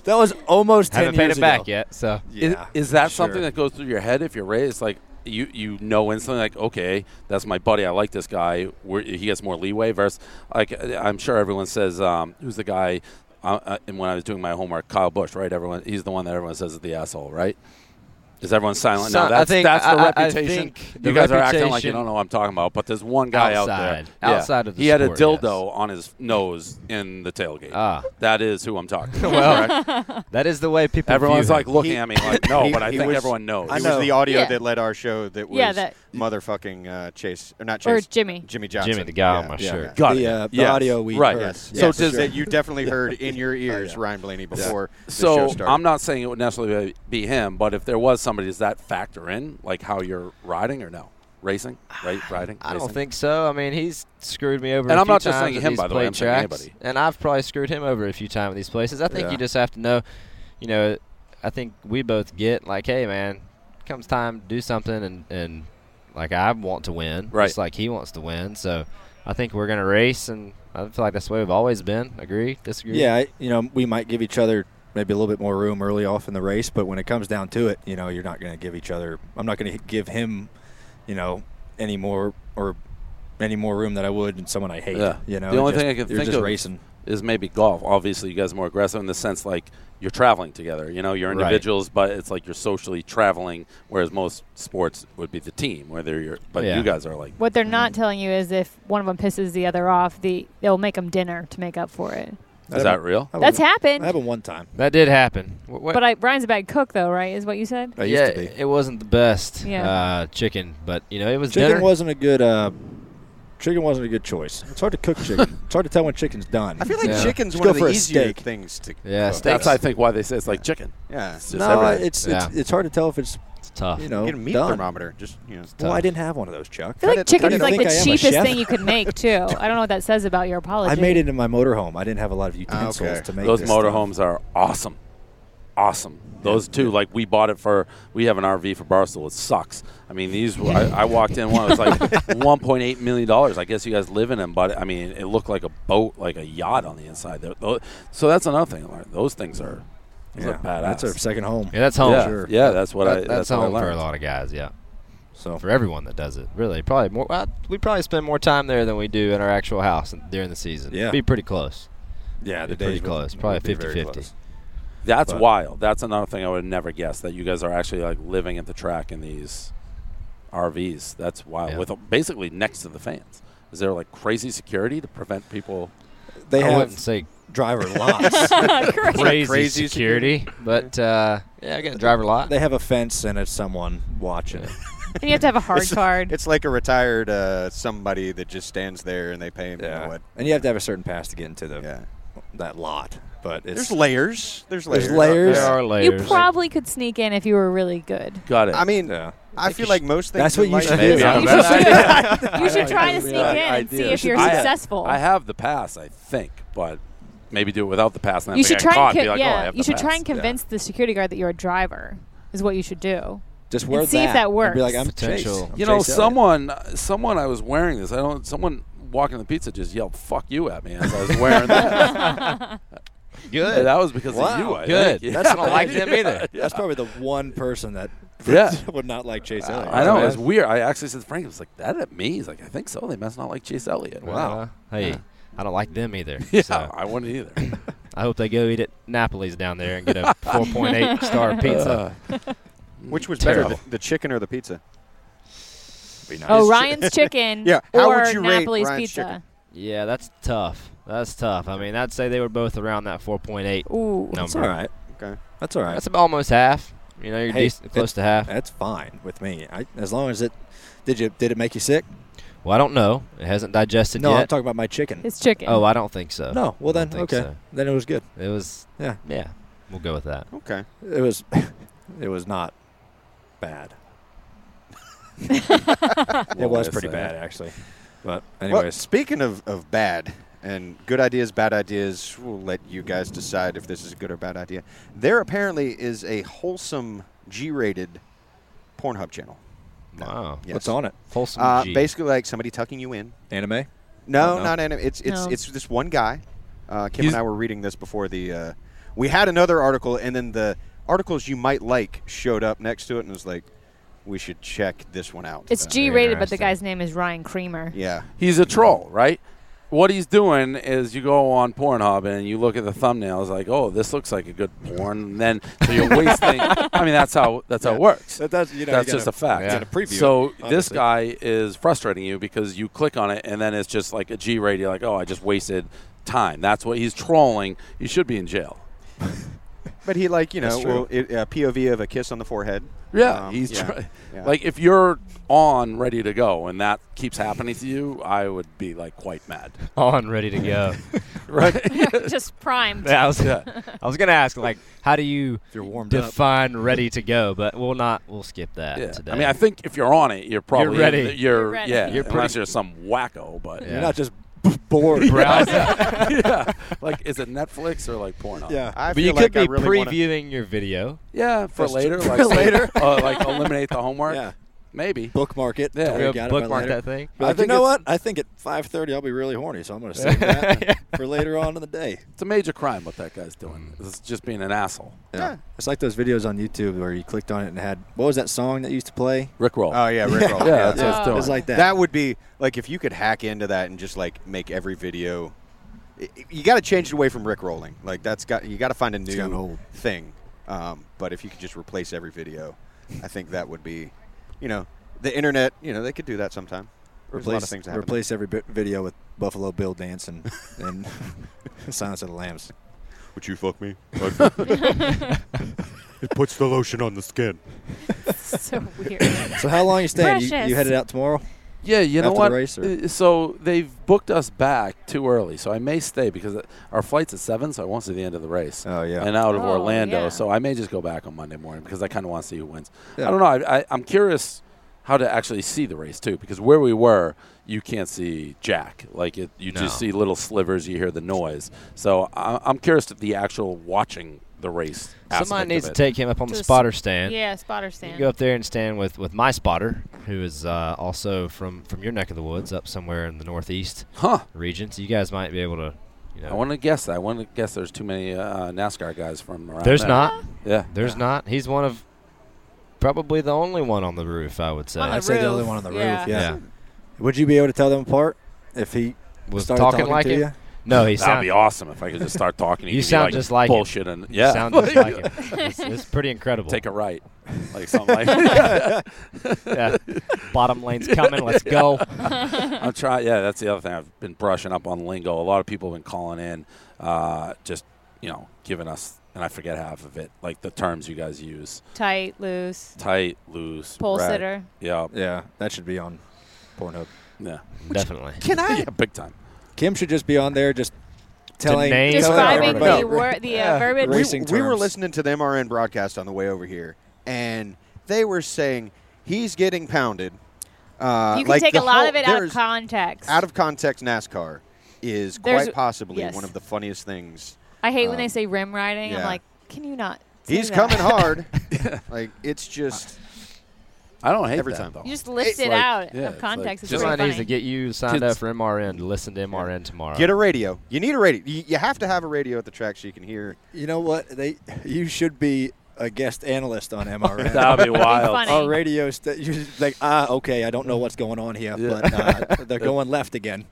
S2: that was almost 10
S6: Haven't paid
S2: years
S6: it back
S2: ago.
S6: yet, so
S2: Yeah,
S4: Is, is that
S2: sure.
S4: something that goes through your head if you're raised? Like, you you know instantly, like, okay, that's my buddy. I like this guy. We're, he has more leeway. Versus, like, uh, I'm sure everyone says, um, who's the guy? Uh, uh, and when I was doing my homework, Kyle Bush, right? Everyone, he's the one that everyone says is the asshole, right? Is everyone silent
S6: So-
S4: now?
S6: I
S4: That's,
S6: think-
S4: that's the
S6: I- I- I
S4: reputation.
S6: think
S4: you
S6: the
S4: guys are acting like you
S6: reputation-
S4: don't know what I'm talking about, but there's one guy out
S6: Outside.
S4: there. Yeah.
S6: Outside of the
S4: He had a
S6: sport,
S4: dildo
S6: yes.
S4: on his nose in the tailgate.
S6: Ah.
S4: That is who I'm
S6: *laughs*
S4: talking about. correct?
S6: well, that is the way people.
S4: Everyone's
S6: view him.
S4: like looking
S5: He-
S4: at me like, no,
S5: he-
S4: but I
S5: he
S4: think
S5: was-
S4: everyone knows.
S2: I
S5: It
S2: know.
S5: was the audio
S3: Yeah.
S5: that led our show that was
S3: Yeah, that-
S5: motherfucking uh, Chase or not
S3: Or
S5: Chase
S3: Jimmy.
S5: Jimmy Johnson
S6: Jimmy, the guy on my
S5: yeah,
S6: shirt.
S4: Got
S2: the,
S4: it.
S2: uh, the
S4: Yes.
S2: audio we
S4: right.
S2: heard.
S5: Yes.
S2: Yeah,
S5: so
S2: for
S5: does
S2: sure.
S5: that you *laughs* definitely heard in your ears
S2: yeah.
S5: Ryan Blaney before the show
S4: So
S5: started.
S4: I'm not saying it would necessarily be him, but if there was somebody, does that factor in like how you're riding or no
S6: *sighs*
S4: racing, right? Riding.
S6: I don't
S4: racing?
S6: think so. I mean, he's screwed me over.
S4: And
S6: a
S4: I'm
S6: few
S4: not just
S6: times
S4: saying
S6: at
S4: him,
S6: these
S4: by the way.
S6: play
S4: I'm saying
S6: tracks,
S4: anybody.
S6: And I've probably screwed him over a few times at these places. I think
S4: Yeah.
S6: you just have to know. You know, I think we both get like, hey, man, comes time to do something, and and like I want to win,
S4: Right.
S6: Just like he wants to win. So I think we're gonna race, and I feel like that's the way we've always been. Agree? Disagree?
S2: Yeah, I- you know, we might give each other maybe a little bit more room early off in the race, but when it comes down to it, you know, you're not going to give each other. I'm not going to give him, you know, any more or any more room that I would in someone I hate.
S4: Yeah.
S2: You know,
S4: The only
S2: it just-
S4: thing I can
S2: you're
S4: think
S2: just
S4: of-
S2: racing.
S4: Is maybe golf. Obviously, you guys are more aggressive in the sense like you're traveling together. You know, you're
S6: Right.
S4: individuals, but it's like you're socially traveling. Whereas most sports would be the team, whether you're. But
S6: Yeah.
S4: you guys are like.
S3: What they're not telling you is if one of them pisses the other off, the they'll make them dinner to make up for it.
S4: Is that real?
S2: I
S3: That's
S2: haven't-
S3: happened.
S2: I haven't one time.
S6: that did happen. Wh- what-
S3: But I, Brian's a bad cook, though, right? Is what you said?
S2: I
S6: yeah,
S2: used to be.
S6: it wasn't the best
S3: Yeah.
S6: uh, chicken, but you know it was
S2: Chicken
S6: dinner.
S2: wasn't a good. Uh, chicken wasn't a good choice. It's hard to cook
S4: *laughs*
S2: chicken. it's hard to tell when chicken's done.
S5: I feel like
S6: Yeah.
S5: chicken's
S2: Let's
S5: one
S2: go
S5: of the
S2: for a
S5: easier
S2: steak.
S5: things to.
S6: Yeah,
S5: cook.
S6: steak.
S4: That's I think why they say it's like chicken.
S5: Yeah,
S4: It's just
S2: no,
S4: everything.
S2: it's it's,
S6: Yeah.
S2: it's hard to tell if it's
S6: it's tough.
S2: you know
S5: get a meat
S2: done.
S5: thermometer. Just you know,
S2: Well, I didn't have one of those, Chuck.
S3: I feel
S5: Cut
S3: like
S5: it- cut
S3: chicken
S5: it
S3: is
S2: out.
S3: like
S2: I think
S3: the
S2: I am a
S3: cheapest
S2: chef.
S3: thing you can make, too.
S5: *laughs*
S3: I don't know what that says about your apology.
S2: I made
S3: *laughs*
S2: it in my motorhome. I didn't have a lot of
S5: Ah,
S2: utensils
S5: okay.
S2: to make
S4: Those
S2: this
S4: motorhomes are awesome. Awesome. Those two, like we bought it for, we have an RV for Barstool. It sucks. I mean, these, were- I, I walked in one, it was like
S2: *laughs*
S4: $1.8 million. I guess you guys live in them, but I mean, it looked like a boat, like a yacht on the inside. They're- tho- So that's another thing. like, Those things are, those
S2: Stuff.
S4: are
S2: Yeah,
S4: badass.
S2: that's our second home.
S6: Yeah, that's home.
S4: yeah,
S2: sure.
S4: yeah, that's what I,
S6: That-
S4: that's,
S6: that's
S4: what I
S6: home for a
S4: learned.
S6: lot of guys. Yeah,
S2: So
S6: for everyone that does it, really. Probably more. Well, we probably spend more time there than we do in our actual house during the season.
S2: Yeah.
S6: be pretty close.
S2: yeah,
S6: Be pretty close. Probably 50-50.
S4: That's
S2: But-
S4: wild. That's another thing I would never guess that you guys are actually like living at the track in these RVs. That's wild.
S6: Yeah.
S4: With a, basically next to the fans. Is there like crazy security to prevent people?
S2: They
S6: I wouldn't
S2: have
S4: *laughs*
S6: say *laughs*
S2: driver locks.
S5: *laughs*
S6: crazy,
S5: crazy
S6: security, but uh, yeah, I got a driver lot.
S2: they have a fence and it's someone watching.
S3: And you have to have a hard card.
S5: It's like a retired uh, somebody that just stands there and they pay him. You know what?
S2: and you have to have a certain pass to get into the
S5: Yeah.
S2: that lot. But it's
S5: There's layers. There's layers.
S2: There's layers.
S6: there are
S3: You
S6: layers.
S3: probably could sneak in if you were really good.
S4: Got it.
S5: I mean,
S2: yeah.
S5: I feel like most things.
S2: That's what
S5: in
S2: you
S5: life-
S2: should
S4: Maybe.
S2: do.
S4: I
S3: You
S4: don't know.
S3: should, you should try to sneak in
S4: Yeah,
S3: and see
S4: idea.
S3: if you're
S4: I have-
S3: successful.
S4: I have the pass, I think, but maybe do it without the pass. And then
S3: you
S4: if I
S3: should
S4: get
S3: try
S4: caught,
S3: and
S4: be
S3: co-
S4: like, oh, I
S3: yeah,
S4: have
S3: you
S4: the
S3: should try
S4: pass.
S3: and
S4: Yeah.
S3: convince the security guard that you're a driver. Is what you should do.
S2: just wear
S3: see if that
S2: and
S3: works.
S2: Be like I'm
S6: Potential.
S2: Chase. I'm
S4: You know,
S2: Chase Elliott.
S4: someone, someone. I was wearing this. I
S6: *laughs*
S4: don't. Someone walking the pizza just yelled "fuck you" at me as I was wearing that.
S6: Good.
S4: that was because
S2: Wow.
S4: of you. I
S6: Good.
S4: *laughs* think.
S6: That's- I don't like them either.
S2: That's probably the one person that
S4: Yeah.
S2: *laughs* would not like Chase Elliott.
S4: *laughs* I know.
S6: Yeah.
S4: It's weird. I actually said to Frank, I was like, that at me? He's like, I think so. They must not like Chase Elliott.
S6: Uh, hey,
S4: Yeah.
S6: I don't like them either.
S4: *laughs* Yeah,
S6: so
S4: I wouldn't either.
S6: I hope they go eat at Napoli's down there and
S4: *laughs*
S6: get a 4.8 star pizza.
S4: Uh,
S5: Which was better,
S4: Terrible.
S5: the, the chicken or the pizza?
S3: Oh,
S5: *laughs*
S3: Ryan's chicken.
S5: Yeah,
S3: Or
S5: how would you rate
S3: Napoli's
S5: Ryan's
S3: pizza.
S5: chicken?
S6: Yeah, that's tough. That's tough. I mean, I'd say they were both around that 4.8.
S3: Ooh.
S2: That's all
S6: number.
S2: right.
S5: Okay.
S2: That's all right.
S6: That's about almost half. You know, you're
S2: Hey, eh.
S6: decent, close to half.
S2: That's fine with me. I, as long as it did you did it make you sick?
S6: Well, I don't know. It hasn't digested
S2: No, I'm
S6: yet.
S2: talking about my chicken.
S3: His chicken.
S6: oh, I don't think so.
S2: No, well
S6: I
S2: then
S6: don't think
S2: okay, then it was good.
S6: so. It was.
S2: Yeah.
S6: Yeah. We'll go with that.
S5: Okay.
S2: It was, *laughs* it was not bad. it was pretty bad actually, but
S5: Well,
S2: anyways,
S5: speaking of, of bad and good ideas, bad ideas, we'll let you guys decide if this is a good or bad idea. There apparently is a wholesome G-rated Pornhub channel. No.
S6: Wow.
S5: Yes.
S2: what's on it?
S6: Wholesome
S5: Uh,
S6: G.
S5: basically, like somebody tucking you in.
S2: Anime?
S5: No,
S2: Oh, no.
S5: not anime. It's it's
S3: No.
S5: it's this one guy. Uh, Kim
S4: He's-
S5: and I were reading this before the. Uh, we had another article, and then the articles you might like showed up next to it, and was like, "We should check this one out."
S3: it's
S5: Uh,
S3: G-rated, but the
S6: interesting.
S3: guy's name is Ryan Creamer.
S5: Yeah.
S4: He's a troll, right? What he's doing is you go on Pornhub and you look at the thumbnails, like, oh, this looks like a good porn. And then so you're wasting. I mean, that's how that's how it works.
S2: that's you
S4: that's just a fact.
S6: Yeah. gotta
S2: preview
S4: so
S2: it,
S4: this
S2: obviously.
S4: guy is frustrating you because you click on it and then it's just like a G rated, like, oh, I just wasted time. That's what he's trolling. You should be in jail.
S5: But he like you know
S2: That's true.
S5: will, it, uh, POV of a kiss on the forehead.
S4: Yeah,
S5: Um,
S4: he's
S5: yeah,
S4: try-
S5: yeah.
S4: like if you're on ready to go and that keeps happening to you, I would be like quite mad.
S6: *laughs* on, ready to go.
S4: Right?
S3: *laughs* Just primed.
S6: Yeah, I was,
S4: Yeah.
S6: I was gonna ask, like, how do you
S2: If you're warmed up.
S6: define ready to go? But we'll not. We'll skip that
S4: Yeah.
S6: today.
S4: I mean, I think if you're on it, you're probably in
S6: ready.
S4: the-
S3: You're
S4: You're,
S3: ready.
S4: yeah,
S3: You're
S4: unless
S6: pretty-
S4: you're some wacko, but *laughs*
S6: Yeah.
S2: You're not just b- *laughs* bored.
S6: browsing.
S4: yeah, like is it Netflix or like porn?
S2: Yeah.
S5: I
S6: but you
S5: feel
S6: could
S5: like
S6: be
S5: I really wanna-
S6: previewing your video.
S4: yeah, for
S2: That's
S4: later,
S2: true. *laughs*
S4: like
S2: For
S4: say,
S2: later.
S4: uh, like eliminate the homework.
S2: Yeah.
S4: maybe.
S2: Bookmark it.
S4: Yeah.
S2: till you
S4: You
S6: Go
S2: got it by
S6: bookmark
S2: later.
S6: that thing.
S2: Be
S4: I
S2: Like, you
S4: think
S2: know
S4: it's-
S2: what? I think at 5:30 I'll be really horny, so I'm going to save *laughs* that for later on in the day.
S4: It's a major crime what that guy's doing. It's just being an asshole.
S5: Yeah.
S2: It's like those videos on YouTube where you clicked on it and had what was that song that used to play?
S4: Rickroll.
S5: Oh yeah, Rick
S4: yeah,
S5: Roll.
S4: that's what
S3: Oh.
S4: it's doing.
S2: It's like that.
S5: That would be like if you could hack into that and just like make every video. i- i- You got to change it away from Rick rolling. Like that's got you got to find a
S2: gotten
S5: new
S2: old.
S5: thing. Um, but if you could just replace every video, I think that would be, you know, the internet. You know, they could do that sometime. There's a lot of things that happen.
S2: replace every bit video with Buffalo Bill dance *laughs* and, and Silence of the Lambs.
S5: Would you fuck me?
S7: It puts the lotion on the skin.
S3: *laughs* so weird.
S2: So how long you staying? You,
S3: Precious.
S2: you headed out tomorrow?
S4: Yeah, you
S2: after
S4: know
S2: the
S4: what?
S2: race, or-
S4: Uh, So they've booked us back too early, so I may stay because our flight's at seven, so I won't see the end of the race.
S2: Oh, yeah.
S4: and out of
S3: Oh,
S4: Orlando,
S3: yeah.
S4: so I may just go back on Monday morning because I kind of want to see who wins.
S2: Yeah.
S4: I don't know. I, I, I'm curious how to actually see the race too, because where we were, you can't see Jack. Like it, you
S6: No.
S4: just see little slivers. You hear the noise. So I, I'm curious to the actual watching the race. aspect
S6: Somebody
S4: of
S6: needs to
S4: it.
S6: take him up on
S3: To
S6: the
S3: the s-
S6: spotter stand.
S3: yeah, spotter
S6: You can
S3: stand.
S6: go up there and stand with, with my spotter, who is uh, also from, from your neck of the woods, up somewhere in the northeast
S4: Huh.
S6: region. So you guys might be able to, you know.
S4: I want to guess. I want to guess. There's too many uh, NASCAR guys from around.
S6: there's
S4: there.
S6: not.
S4: Yeah.
S6: There's not. He's one of probably the only one on the roof, I would say.
S3: On the
S2: I'd say the
S3: roof,
S2: only one on the
S3: yeah.
S2: roof. Yeah. Would you be able to tell them apart if he
S6: Was
S2: started
S6: talking like
S2: to
S6: him?
S2: you?
S6: No, he
S4: That'd
S6: sound,
S4: be awesome if I could just start
S6: *laughs*
S4: talking. to
S6: You
S4: and be
S6: sound just like him.
S4: bullshit and
S6: he
S4: yeah,
S6: sound just like
S4: *laughs*
S6: him. It's, it's pretty incredible.
S4: take a right, like something. Like
S6: *laughs*
S4: *laughs*
S6: yeah. Bottom lane's coming.
S4: *laughs*
S6: Let's go.
S4: I'm trying. Yeah, that's the other thing. I've been brushing up on lingo. A lot of people have been calling in, uh, just you know, giving us, and I forget half of it, like the terms you guys use:
S3: Tight, loose,
S4: tight, loose,
S3: pole
S4: rag.
S3: sitter.
S4: Yeah,
S2: Yeah, that should be on Pornhub.
S4: yeah,
S6: Definitely.
S5: Can I?
S4: yeah, big time.
S2: Kim should just be on there just telling
S6: name
S2: telling
S3: Describing
S2: everybody.
S3: the word, the uh, verbiage.
S5: We,
S2: Racing
S5: we were
S2: terms.
S5: listening to the MRN broadcast on the way over here, and they were saying he's getting pounded. Uh,
S3: you can
S5: like
S3: take
S5: the
S3: a lot
S5: whole-
S3: of it out of
S5: there's-
S3: context.
S5: out of context NASCAR is
S3: There's-
S5: quite possibly
S3: yes.
S5: one of the funniest things.
S3: I hate when
S5: um,
S3: they say rim riding. I'm *laughs*
S5: yeah.
S3: like, can you not? say
S5: He's
S3: that?
S5: coming hard. like it's just
S4: I don't hate
S5: Every
S4: that,
S5: time.
S4: though. *laughs*
S3: You just list
S5: It's
S3: it
S5: like-
S3: out
S4: yeah,
S3: of
S4: it's
S3: context.
S4: like-
S3: it's
S6: Just
S3: pretty
S6: needs to
S3: funny.
S6: get you signed
S4: Kids-
S6: up for MRN to listen to MRN tomorrow.
S5: Get a radio. You need a radio. You, you have to have a radio at the track so you can hear.
S2: You know what? They you should be a guest analyst on *laughs* MRN.
S4: That would be
S3: *laughs* funny.
S4: wild.
S2: Our radio, st- you're just like, ah, okay, I don't know what's going on here,
S4: Yeah.
S2: but
S5: *laughs*
S2: uh, they're going left again.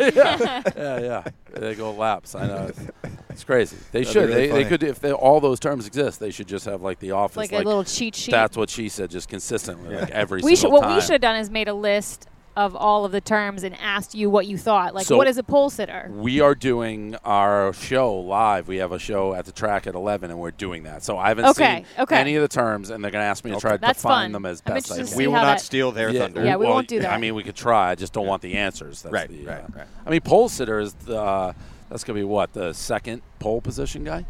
S4: yeah, yeah. They go laps. I know. It's crazy. They
S2: That'd be
S4: should.
S2: really
S4: they, they
S2: funny.
S4: could if they, all those terms exist. They should just have like the office.
S3: like, a little cheat sheet.
S4: That's what she said, just consistently, like every
S3: we should
S4: single
S3: what
S4: time.
S3: we should have done is made a list of all of the terms and asked you what you thought. Like,
S4: So-
S3: what is a pole sitter?
S4: We are doing our show live. We have a show at the track at 11, and we're doing that. So I haven't
S3: Okay,
S4: seen
S3: okay.
S4: any of the terms, and they're going to ask me to try to
S3: That's
S4: find
S3: fun.
S4: them as
S3: I'm
S4: best I
S3: interested
S4: can.
S3: to see
S5: we will
S3: how
S5: not
S3: that-
S5: steal their thunder.
S3: Yeah, we
S4: well,
S3: won't do
S4: I
S3: that.
S4: mean, we could try. I just don't want the answers. That's
S5: Right,
S4: the, uh,
S5: right, right.
S4: I mean, pole sitter is the. that's gonna be what the second pole position guy.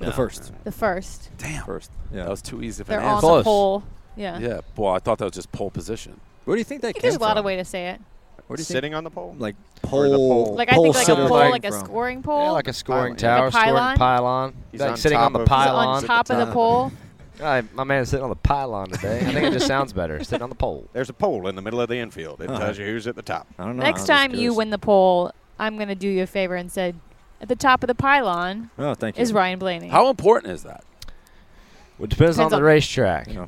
S2: The first.
S3: The first.
S4: Damn, first.
S2: Yeah.
S4: That was too easy of
S3: They're
S4: an
S3: on
S4: answer.
S6: Close.
S3: the pole. Yeah.
S4: Yeah. Well, I thought that was just pole position.
S2: Where do you think that
S3: I think
S2: came
S3: there's a lot
S2: from?
S3: of way to say it.
S2: Where do you
S5: Sitting on the pole?
S2: think, like
S5: Or the pole.
S2: pole,
S3: Like I
S2: pole
S3: think like a
S2: sitter
S3: pole,
S2: came
S3: like a
S2: from?
S3: scoring pole.
S6: Yeah, like a
S3: Pylon.
S6: scoring tower, scoring
S3: Like a
S6: pylon.
S5: He's
S6: like
S5: on
S6: sitting
S5: top
S6: on the
S5: of- He's
S3: Is it
S6: pylon.
S3: on
S6: *laughs*
S3: top of the
S2: Top.
S3: pole.
S6: Ah, my man's sitting on the pylon today. I think it just sounds better. Sitting on the pole.
S5: There's a pole in the middle of the infield. It
S3: Uh-huh.
S2: Huh.
S5: tells you who's at the top.
S2: I don't know. I
S3: Next
S2: was
S3: time you
S2: curious.
S3: win the poll, I'm gonna do you a favor and said, at the top of the pylon
S2: Oh, thank you.
S3: is Ryan Blaney.
S4: How important is that?
S6: Well, depends,
S3: Depends
S6: on the
S3: on-
S6: racetrack.
S2: Yeah.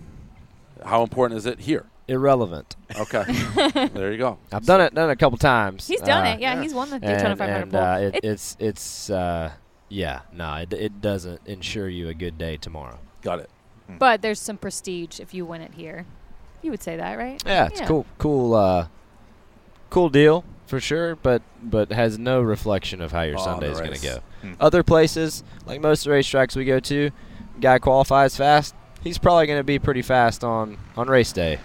S4: How important is it here?
S6: Irrelevant.
S3: *laughs*
S4: Okay. there you go.
S6: I've done it done it a couple times.
S3: He's done
S6: uh,
S3: it. Yeah,
S5: yeah.
S3: he's won the Daytona
S6: And,
S3: 500
S6: and
S3: poll.
S6: uh, it,
S3: It-
S6: it's it's uh, yeah no it, it doesn't ensure you a good day tomorrow.
S4: Got it.
S3: but there's some prestige if you win it here. You would say that, right?
S6: Yeah, it's
S3: Yeah.
S6: cool cool uh, cool deal for sure, but but has no reflection of how your
S4: On
S6: Sunday
S4: the
S6: is going
S4: race.
S6: to go.
S2: Hmm.
S6: Other places like most of the racetracks we go to, guy qualifies fast. He's probably going to be pretty fast on on race day.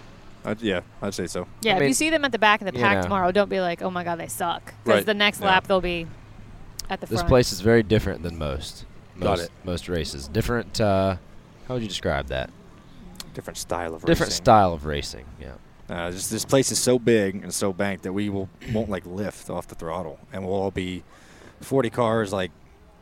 S2: I'd, yeah, I'd say so.
S3: Yeah,
S6: I
S3: if
S6: mean,
S3: you see them at the back of the
S6: you
S3: pack
S6: know.
S3: tomorrow, don't be like, "Oh my God, they suck," because
S4: Right.
S3: the next
S4: Yeah.
S3: lap they'll be at the
S6: This
S3: front.
S6: place is very different than most. most
S4: Got it.
S6: Most races different. Uh, how would you describe that?
S2: Different style of
S6: Different
S2: racing.
S6: style of racing. Yeah.
S2: Uh, just this place is so big and so banked that we will won't like lift off the throttle, and we'll all be 40 cars like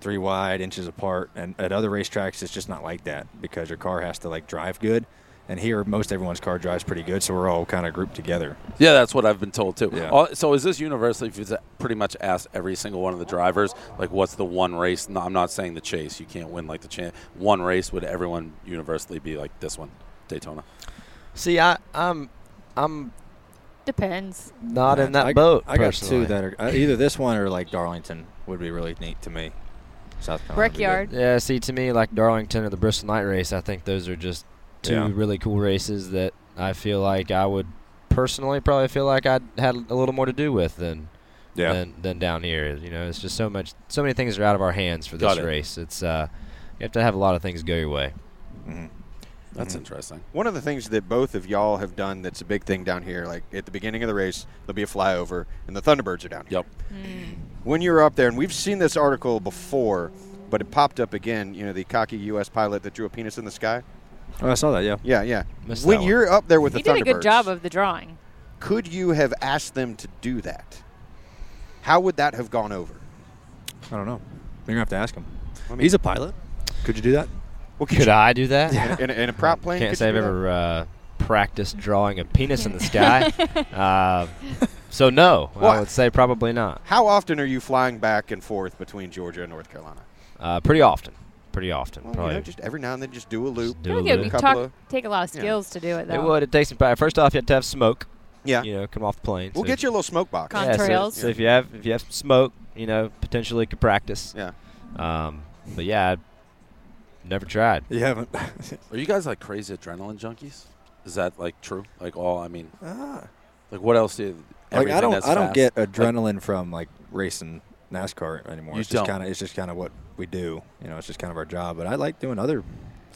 S2: three wide inches apart. And at other racetracks, it's just not like that because your car has to like drive good. And here, most everyone's car drives pretty good, so we're all kind of grouped together.
S4: Yeah, that's what I've been told too.
S2: Yeah.
S4: Uh, So is this universally? If you s- pretty much asked every single one of the drivers, like, what's the one race? No, I'm not saying the chase. You can't win like the chance. One race would everyone universally be like this one, Daytona.
S6: See, I, I'm, I'm
S3: depends.
S6: not in that
S2: I,
S6: boat.
S2: I got two
S6: personally.
S2: that are uh, either this one or like Darlington would be really neat to me. South Carolina would be good.
S3: Brickyard.
S6: Yeah, see, to me, like Darlington or the Bristol Night Race, I think those are just two
S2: Yeah.
S6: really cool races that I feel like I would personally probably feel like I'd had a little more to do with than
S2: Yeah.
S6: than, than down here. You know, it's just so much, so many things are out of our hands for
S4: Got
S6: this
S4: it.
S6: race. It's uh, you have to have a lot of things go your way.
S4: That's
S2: Mm-hmm.
S4: interesting.
S5: One of the things that both of y'all have done that's a big thing down here, like at the beginning of the race, there'll be a flyover, and the Thunderbirds are down here.
S4: Yep.
S5: When you were up there, and we've seen this article before, but it popped up again, you know, the cocky U.S. pilot that drew a penis in the sky?
S2: Oh, I saw that. Yeah.
S5: Yeah, yeah.
S6: Missed that
S5: when
S6: one.
S5: you're up there with
S3: You
S5: the
S3: did
S5: Thunderbirds,
S3: a good job of the drawing.
S5: could you have asked them to do that? How would that have gone over?
S2: I don't know. You're gonna have to ask him.
S5: mean-
S2: He's a pilot. Could you do that?
S5: Well, could
S6: Could I do that?
S5: *laughs* you- in, a, in a prop plane?
S6: Can't
S5: could
S6: say
S5: you
S6: I've
S5: do that?
S6: ever uh, practiced drawing a
S5: *laughs*
S6: penis in the sky. uh, so no,
S5: Well,
S6: I would say probably not.
S5: How often are you flying back and forth between Georgia and North Carolina?
S6: Uh, pretty often. Pretty often.
S5: Well,
S6: probably.
S5: you know, just every now and then, just do a loop.
S6: do
S3: I
S6: a
S3: think it
S6: little-
S3: would be
S5: Couple
S3: talk,
S5: of-
S3: take a lot of skills to do it,
S6: It
S3: though.
S6: would. It takes some practice. First off, you have to have smoke.
S5: Yeah,
S6: You know, come off the plane.
S5: we'll
S6: so-
S5: get you a little smoke box.
S3: Con-
S6: yeah, so-
S3: Contrails.
S6: So, if you have if you have smoke, you know, potentially could practice.
S5: Yeah.
S6: Um, but yeah, I never tried.
S2: You haven't.
S4: Are you guys like crazy adrenaline junkies? Is that like true? Like all? I mean,
S2: *laughs* ah.
S4: like what else do? You,
S2: Like I
S4: everything
S2: don't,
S4: that's
S2: I don't
S4: fast?
S2: get adrenaline from like racing NASCAR anymore.
S4: You
S2: it's just
S4: don't.
S2: kind of, it's just kind of what we do. You know, it's just kind of our job. But I like doing other.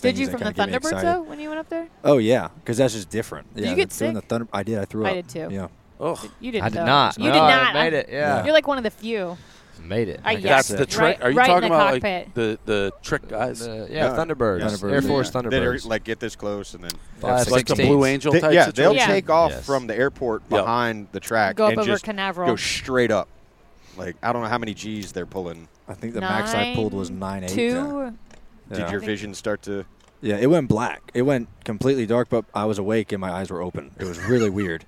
S3: Did
S2: Things
S3: you
S2: that
S3: from the
S2: kinda get me
S3: Thunderbirds
S2: excited.
S3: though when you went up there?
S2: Oh yeah, because that's just different.
S3: you
S2: Yeah,
S3: get
S2: doing
S3: sick?
S2: the thunder. I did. I threw
S3: I
S2: up.
S3: did, too.
S4: Uh,
S2: Yeah.
S4: Ugh.
S3: You didn't.
S6: I did
S3: though.
S6: not.
S3: You
S6: No,
S3: did
S6: I
S3: not.
S6: made it. Yeah.
S2: Yeah.
S3: You're like one of the few.
S6: Made it.
S3: I
S6: I got
S3: yes.
S4: That's
S3: it.
S4: the trick.
S3: Right-
S4: Are you
S3: right in
S4: talking
S3: the
S4: about like
S3: cockpit.
S4: the the trick guys?
S6: the- yeah, Thunderbirds.
S2: Thunderbirds.
S6: Air Force
S5: Yeah. That are,
S6: Thunderbirds.
S5: like get this close and then.
S6: Five,
S4: like the
S6: 16s.
S4: Blue Angel
S5: They-
S4: type
S5: yeah,
S4: situation?
S5: they'll
S3: situation?
S5: take off
S6: Yes.
S5: from the airport
S4: Yeah.
S5: behind the track
S3: Go up
S5: and
S3: over
S5: just
S3: Canaveral.
S5: go straight up. Like I don't know how many G's they're pulling.
S2: I think the max I pulled was nine eight.
S3: Two.
S2: Yeah.
S5: Did your vision start to?
S2: Yeah, it went black. It went completely dark, but I was awake and my eyes were open. It was really
S4: *laughs*
S2: weird.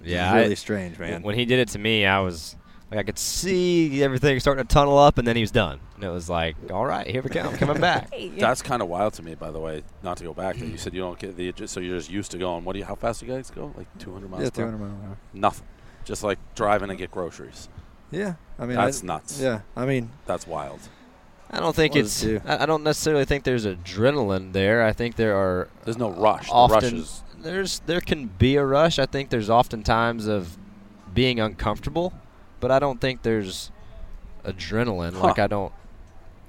S2: It was
S6: Yeah, I-
S2: really strange, man.
S6: When he did it to me, I was like, I could see everything starting to tunnel up, and then he was done, and it was like, all right, here we go, I'm
S2: *laughs*
S6: coming back.
S3: Hey,
S4: That's kind of wild to me, by the way. Not to go back, there. you said you don't get the so you're just used to going. What do you? How fast do you guys go? Like 200 miles.
S2: yeah,
S4: per hour?
S2: 200 mile an hour.
S4: Nothing. Just like driving and get groceries.
S2: Yeah, I mean, I-
S4: That's nuts.
S2: Yeah, I mean,
S4: That's wild.
S6: I don't think
S2: What
S6: it's.
S2: does it do?
S6: I I don't necessarily think there's adrenaline there. I think there are
S4: There's no rush. The rush
S6: often
S4: is
S6: there's there can be a rush. I think there's often times of being uncomfortable, but I don't think there's adrenaline.
S4: Huh.
S6: Like I don't.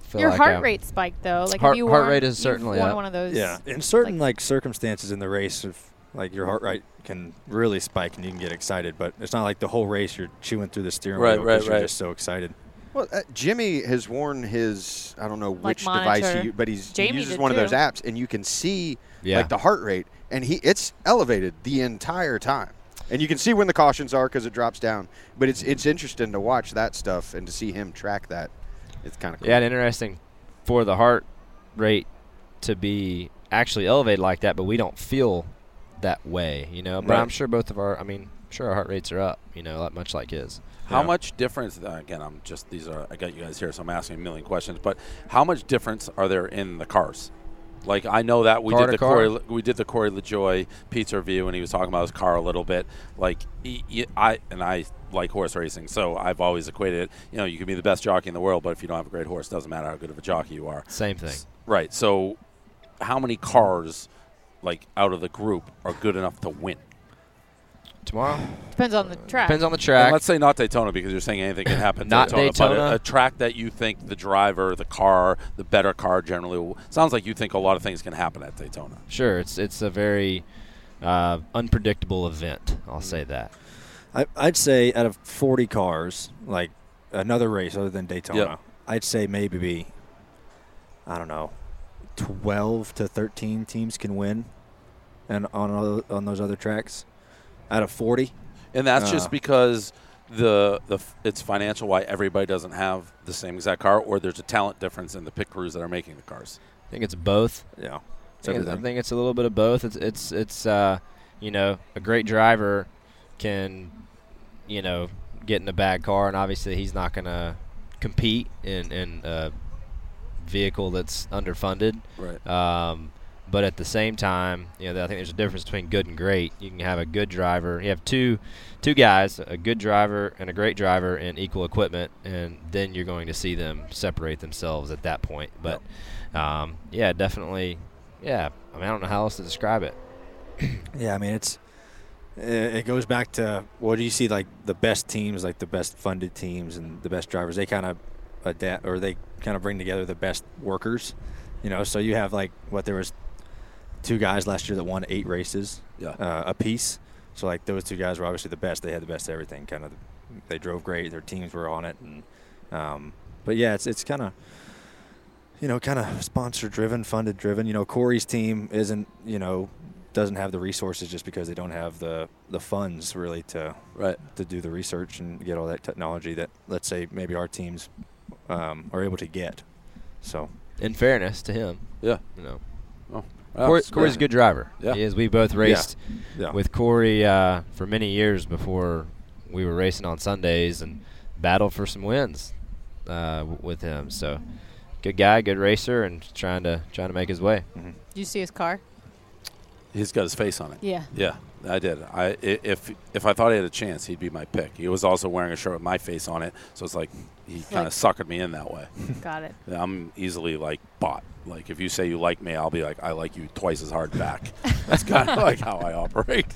S6: Feel
S3: Your
S6: like
S3: heart
S6: I'm-
S3: rate spiked though. Like
S6: Heart-
S3: if you
S6: heart
S3: weren't-
S6: rate is
S3: you've
S6: certainly
S3: won
S6: up.
S3: one of those.
S2: yeah. In certain like, circumstances in the race, if like your heart rate can really spike and you can get excited, but it's not like the whole race you're chewing through the steering
S4: Right,
S2: wheel 'cause
S4: right,
S2: you're
S4: right.
S2: just so excited.
S5: Well, uh, Jimmy has worn his I don't know
S3: Like
S5: which device
S3: monitor.
S5: he u- but he's he
S3: Jamie
S5: uses
S3: did
S5: one of those
S3: too.
S5: apps and you can see
S6: Yeah.
S5: like the heart rate and he it's elevated the entire time. And you can see when the cautions are cuz it drops down, but it's it's interesting to watch that stuff and to see him track that. It's kind of cool.
S6: Yeah, and interesting for the heart rate to be actually elevated like that, but we don't feel that way, you know. But
S2: Right.
S6: I'm sure both of our. I mean, I'm sure our heart rates are up, you know, like- much like his.
S4: How
S2: Yeah.
S4: much difference? uh, Again, I'm just these are. I got you guys here, so I'm asking a million questions. But how much difference are there in the cars? Like I know that we
S6: Car to
S4: did the
S6: car?
S4: Corey, Le- we did the Corey LaJoy pizza review, and he was talking about his car a little bit. Like he, he- I and I like horse racing, so I've always equated it. You know, you can be the best jockey in the world, but if you don't have a great horse, doesn't matter how good of a jockey you are.
S6: Same thing.
S4: Right. So, how many cars, like out of the group, are good enough to win?
S6: Tomorrow
S3: Depends on the track.
S6: depends on the
S4: And
S6: track.
S4: let's say not Daytona because you're saying anything can happen.
S6: *clears throat* Not
S4: Daytona, but
S6: Daytona.
S4: a, a track that you think the driver, the car, the better car generally will- sounds like you think a lot of things can happen at Daytona.
S6: Sure, it's it's a very uh, unpredictable event.
S4: Mm-hmm.
S6: I'll say that.
S2: I, I'd say out of 40 cars, like another race other than Daytona,
S4: Yep.
S2: I'd say maybe be, I don't know, 12 to 13 teams can win, and on other, on those other tracks, out of 40.
S4: And that's just
S2: Uh.
S4: because the the f- it's financial why everybody doesn't have the same exact car, or there's a talent difference in the pit crews that are making the cars.
S6: I think it's both.
S2: Yeah, it's
S6: I think, I
S2: everything.
S6: think it's a little bit of both. It's it's it's uh, you know a great driver can you know get in a bad car, and obviously he's not gonna compete in in a vehicle that's underfunded.
S4: Right.
S6: Um, but at the same time, you know, I think there's a difference between good and great. You can have a good driver. You have two, two guys, a good driver and a great driver, and equal equipment, and then you're going to see them separate themselves at that point. But um, yeah, definitely, yeah. I mean, I don't know how else to describe it.
S2: Yeah, I mean it's i- it goes back to what do you see like the best teams, like the best funded teams and the best drivers. They kind of adapt or they kind of bring together the best workers. You know, so you have like what there was two guys last year that won eight races
S4: Yeah.
S2: uh, a piece. So like those two guys were obviously the best. They had the best of everything. Kind of, they drove great. Their teams were on it. And um, but yeah, it's it's kind of you know kind of sponsor driven, funded driven. You know, Corey's team isn't you know doesn't have the resources just because they don't have the the funds really to
S4: Right.
S2: to do the research and get all that technology that let's say maybe our teams um, are able to get. So
S6: In fairness to him,
S4: Yeah.
S6: you know,
S4: Oh.
S6: Corey, Corey's a good driver.
S4: Yeah.
S6: He is. We both raced
S2: yeah,
S6: with Corey uh, for many years before we were racing on Sundays and battled for some wins uh, w- with him. So good guy, good racer, and trying to trying to make his way.
S5: Mm-hmm.
S3: Did you see his
S6: *laughs*
S3: car?
S4: He's got his face on it.
S3: Yeah.
S4: Yeah, I did. I i- if if I thought he had a chance, he'd be my pick. He was also wearing a shirt with my face on it, so it's like he kind
S3: Like-
S4: of suckered me in that way.
S3: Got it.
S4: I'm easily like bought. Like if you say you like me, I'll be like I like you twice as hard back. That's kind of *laughs* like how I operate.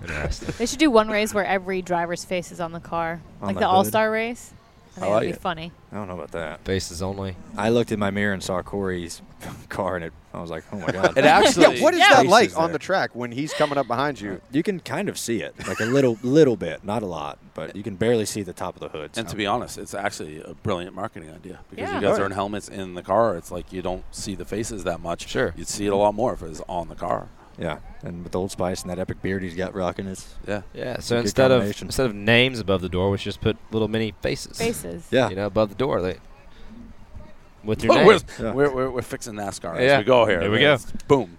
S6: Interesting.
S3: They should do one race where every driver's face is on the car,
S2: On
S3: like
S2: the
S3: the
S2: hood?
S3: All Star race. I think
S4: like
S3: that'd be
S4: it.
S3: funny.
S2: I don't know about that.
S6: Faces only.
S2: I looked in my mirror and saw Corey's *laughs* car, and it, I was like, "Oh my god!" *laughs*
S4: It
S5: *laughs*
S4: actually.
S5: Yeah, what is
S3: Yeah.
S5: that
S2: Races
S5: like on
S2: there.
S5: the track when he's coming up behind you?
S2: You can kind of see it, like a little, little bit, not a lot, but you can barely see the top of the hood.
S4: And to be honest, it's actually a brilliant marketing idea because
S3: Yeah.
S4: you guys
S5: Right.
S4: are in helmets in the car. It's like you don't see the faces that much.
S6: Sure.
S4: you'd see it a lot more if it was on the car.
S2: yeah, and with Old Spice and that epic beard he's got rocking, it's
S4: Yeah,
S6: Yeah. So
S2: Good
S6: instead of
S2: combination.
S6: instead of
S4: *laughs*
S6: names above the door, we should just put little mini faces.
S3: Faces.
S2: yeah,
S6: You know, above the door. Like,
S5: *laughs*
S6: with your
S4: But *laughs*
S6: name.
S4: we're,
S2: Yeah.
S4: we're, we're, we're fixing NASCAR as
S8: Yeah.
S4: we go here.
S8: There we go.
S4: It's- Boom.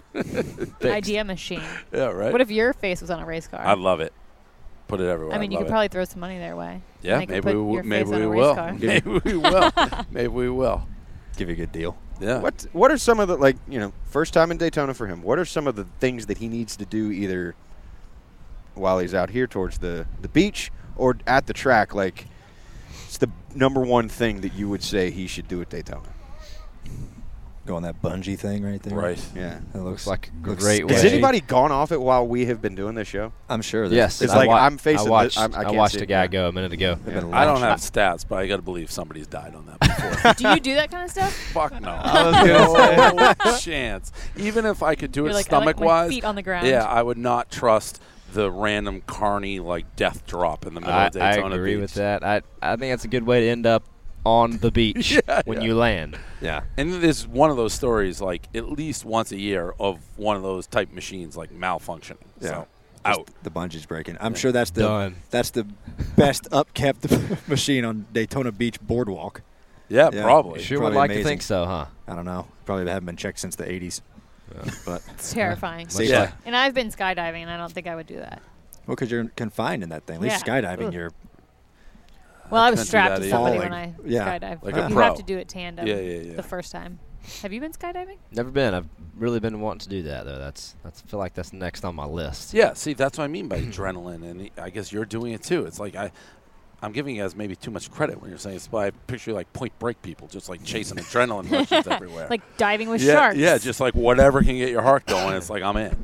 S3: Idea machine.
S4: Yeah, right.
S3: What if your face was on a race car?
S4: I love it. Put it everywhere.
S3: I mean, you
S4: love
S3: could
S4: it.
S3: probably throw some money their way.
S4: Yeah,
S3: They could
S4: maybe
S3: put
S4: we, will-
S3: your face
S4: maybe
S3: on
S4: we
S3: a race
S4: will.
S3: car.
S4: *laughs* Maybe we
S3: *laughs*
S4: will. Maybe we will.
S2: Give you a good deal.
S4: Yeah.
S5: What What are some of the like you know first time in Daytona for him? What are some of the things that he needs to do either while he's out here towards the the beach or at the track? Like, it's the number one thing that you would say he should do at Daytona.
S2: Go on that bungee thing right there.
S4: Right.
S5: Yeah.
S2: That looks
S6: Looks like a
S2: looks
S6: great
S5: Has
S2: sketchy.
S6: way.
S5: anybody gone off it while we have been doing this show?
S2: I'm sure. there's-
S6: Yes,
S5: It's
S6: I
S5: like,
S6: wa-
S5: I'm facing
S6: I
S5: the-
S6: watched,
S5: I'm- I can't
S6: watched
S5: see
S6: a
S5: it.
S6: guy go a minute ago.
S2: there's been a
S4: I don't
S2: lot.
S4: have stats, but I got to believe somebody's died on that
S3: *laughs*
S4: before.
S3: do you do that kind of stuff?
S4: Fuck no.
S8: was
S4: no chance. Even if I could do
S3: You're
S4: it
S3: like, I like
S4: stomach
S3: my
S4: wise,
S3: feet on the ground.
S4: yeah, I would not trust the random carny like death drop in the middle
S6: I,
S4: of
S6: I
S4: Daytona
S6: agree
S4: Beach.
S6: with that. I, I think that's a good way to end up on the beach
S4: *laughs* Yeah,
S6: when
S4: yeah.
S6: you land.
S2: Yeah.
S4: And there's one of those stories, like at least once a year, of one of those type machines like malfunctioning. So,
S2: Just
S4: out.
S2: The bungee's breaking. I'm sure that's the
S6: Done.
S2: that's the best upkept *laughs* machine on Daytona Beach boardwalk.
S4: Yeah,
S2: Yeah.
S4: probably.
S2: Sure
S6: Sure
S2: would
S6: would
S2: Probably like
S6: like
S2: to amazing.
S6: to
S2: think
S6: think so, huh?
S2: I don't know. Probably haven't been checked since the 80s. But
S3: It's terrifying.
S2: See,
S4: Yeah.
S2: like,
S3: And I've been skydiving, and I don't think I would do that.
S2: well, because you're confined in that thing. At least
S3: Yeah.
S2: skydiving,
S3: Ugh.
S2: you're
S3: Well, I, was
S4: couldn't do
S3: strapped
S4: that
S3: to
S4: either.
S3: somebody
S2: Falling.
S3: when I
S2: Yeah.
S3: skydived.
S4: Like
S2: a
S3: you
S4: pro.
S3: have to do it tandem.
S4: Yeah, yeah, yeah.
S3: The first time. Have you been skydiving?
S6: Never been. I've really been wanting to do that though. That's that's I feel like that's next on my list.
S4: Yeah, see, that's what I mean by adrenaline, and I guess you're doing it too. It's like I, I'm giving you guys maybe too much credit when you're saying it's. But I picture like Point Break people just like
S3: *laughs*
S4: chasing adrenaline rushes everywhere.
S3: Like diving with
S4: Uh, yeah,
S3: sharks.
S4: yeah, just like whatever can get your heart going. It's like I'm in.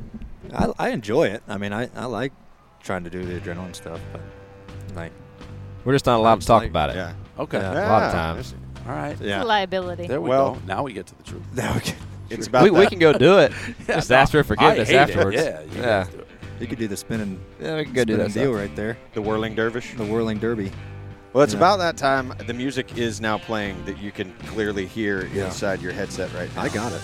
S2: I, I enjoy it. I mean, I, I like trying to do the adrenaline stuff, but like, *laughs*
S6: We're just not allowed to talk
S2: Like-
S6: about it.
S5: Yeah.
S4: Okay,
S2: Yeah.
S6: A lot
S5: Yeah.
S6: of times.
S4: all right.
S3: It's a
S2: yeah.
S3: liability.
S4: There we
S5: Well-
S4: go. Now we get to the truth.
S2: Okay.
S5: It's about
S6: we,
S5: that.
S6: we can go
S4: *laughs*
S6: do it. just
S4: no,
S6: ask for forgiveness
S4: I hate it.
S6: afterwards.
S4: Yeah, you
S6: Yeah.
S4: guys do it.
S2: You could do the spinning,
S6: Yeah, we can go do
S2: spinning
S6: that.
S2: deal
S6: stuff.
S2: right there,
S5: the whirling dervish.
S2: the whirling derby.
S5: Well, it's
S2: Yeah.
S5: about that time. The music is now playing that you can clearly hear
S2: Yeah.
S5: inside your headset right now.
S2: I got it.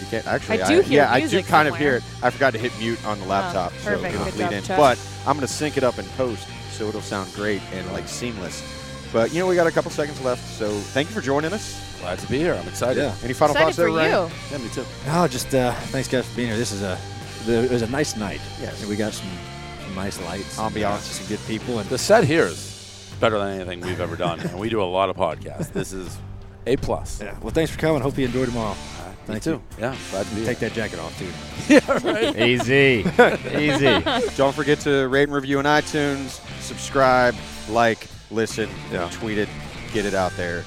S5: You can't actually.
S3: I do hear
S5: Yeah, I
S3: music
S5: do kind of
S3: somewhere. Oh,
S5: hear it. I forgot to hit mute on the laptop, so
S3: perfect.
S5: it'll
S3: Good
S5: bleed
S3: job,
S5: in.
S3: Chuck.
S5: But I'm gonna sync it up in post, so it'll sound great and like seamless. But you know, we got a couple seconds left, so thank you for joining us.
S4: Glad to be here. I'm excited.
S2: Yeah.
S5: Any final
S3: Excited
S5: thoughts,
S3: for
S5: there, Ryan?
S3: you.
S4: Yeah, me too.
S2: No, just uh, thanks guys for being here. This is a, the, it was a nice night.
S5: Yes.
S2: And we got some, some nice lights, and,
S5: Ambiance.
S2: uh, some good people, and
S4: The set here is better than anything we've ever done, and we do a lot of podcasts. This is a plus.
S2: yeah. Well, thanks for coming. Hope you enjoy tomorrow.
S4: Me
S2: Thank
S4: too.
S2: you.
S4: Yeah, glad to be here.
S2: Take that jacket off too.
S6: *laughs*
S4: *laughs*
S6: Easy. Easy.
S5: *laughs* Don't forget to rate and review on iTunes. Subscribe, like, listen,
S2: Yeah.
S5: tweet it, get it out there.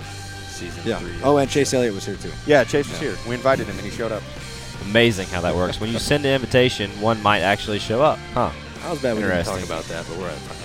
S5: Season
S2: Yeah.
S5: three.
S2: Oh, and Chase Elliott was here too.
S5: yeah. Chase was here. We invited him, and he showed up.
S6: Amazing how that works. When you send an invitation, one might actually show up. Huh.
S2: I was bad we didn't talk
S6: Interesting.
S2: about that, but we're at time.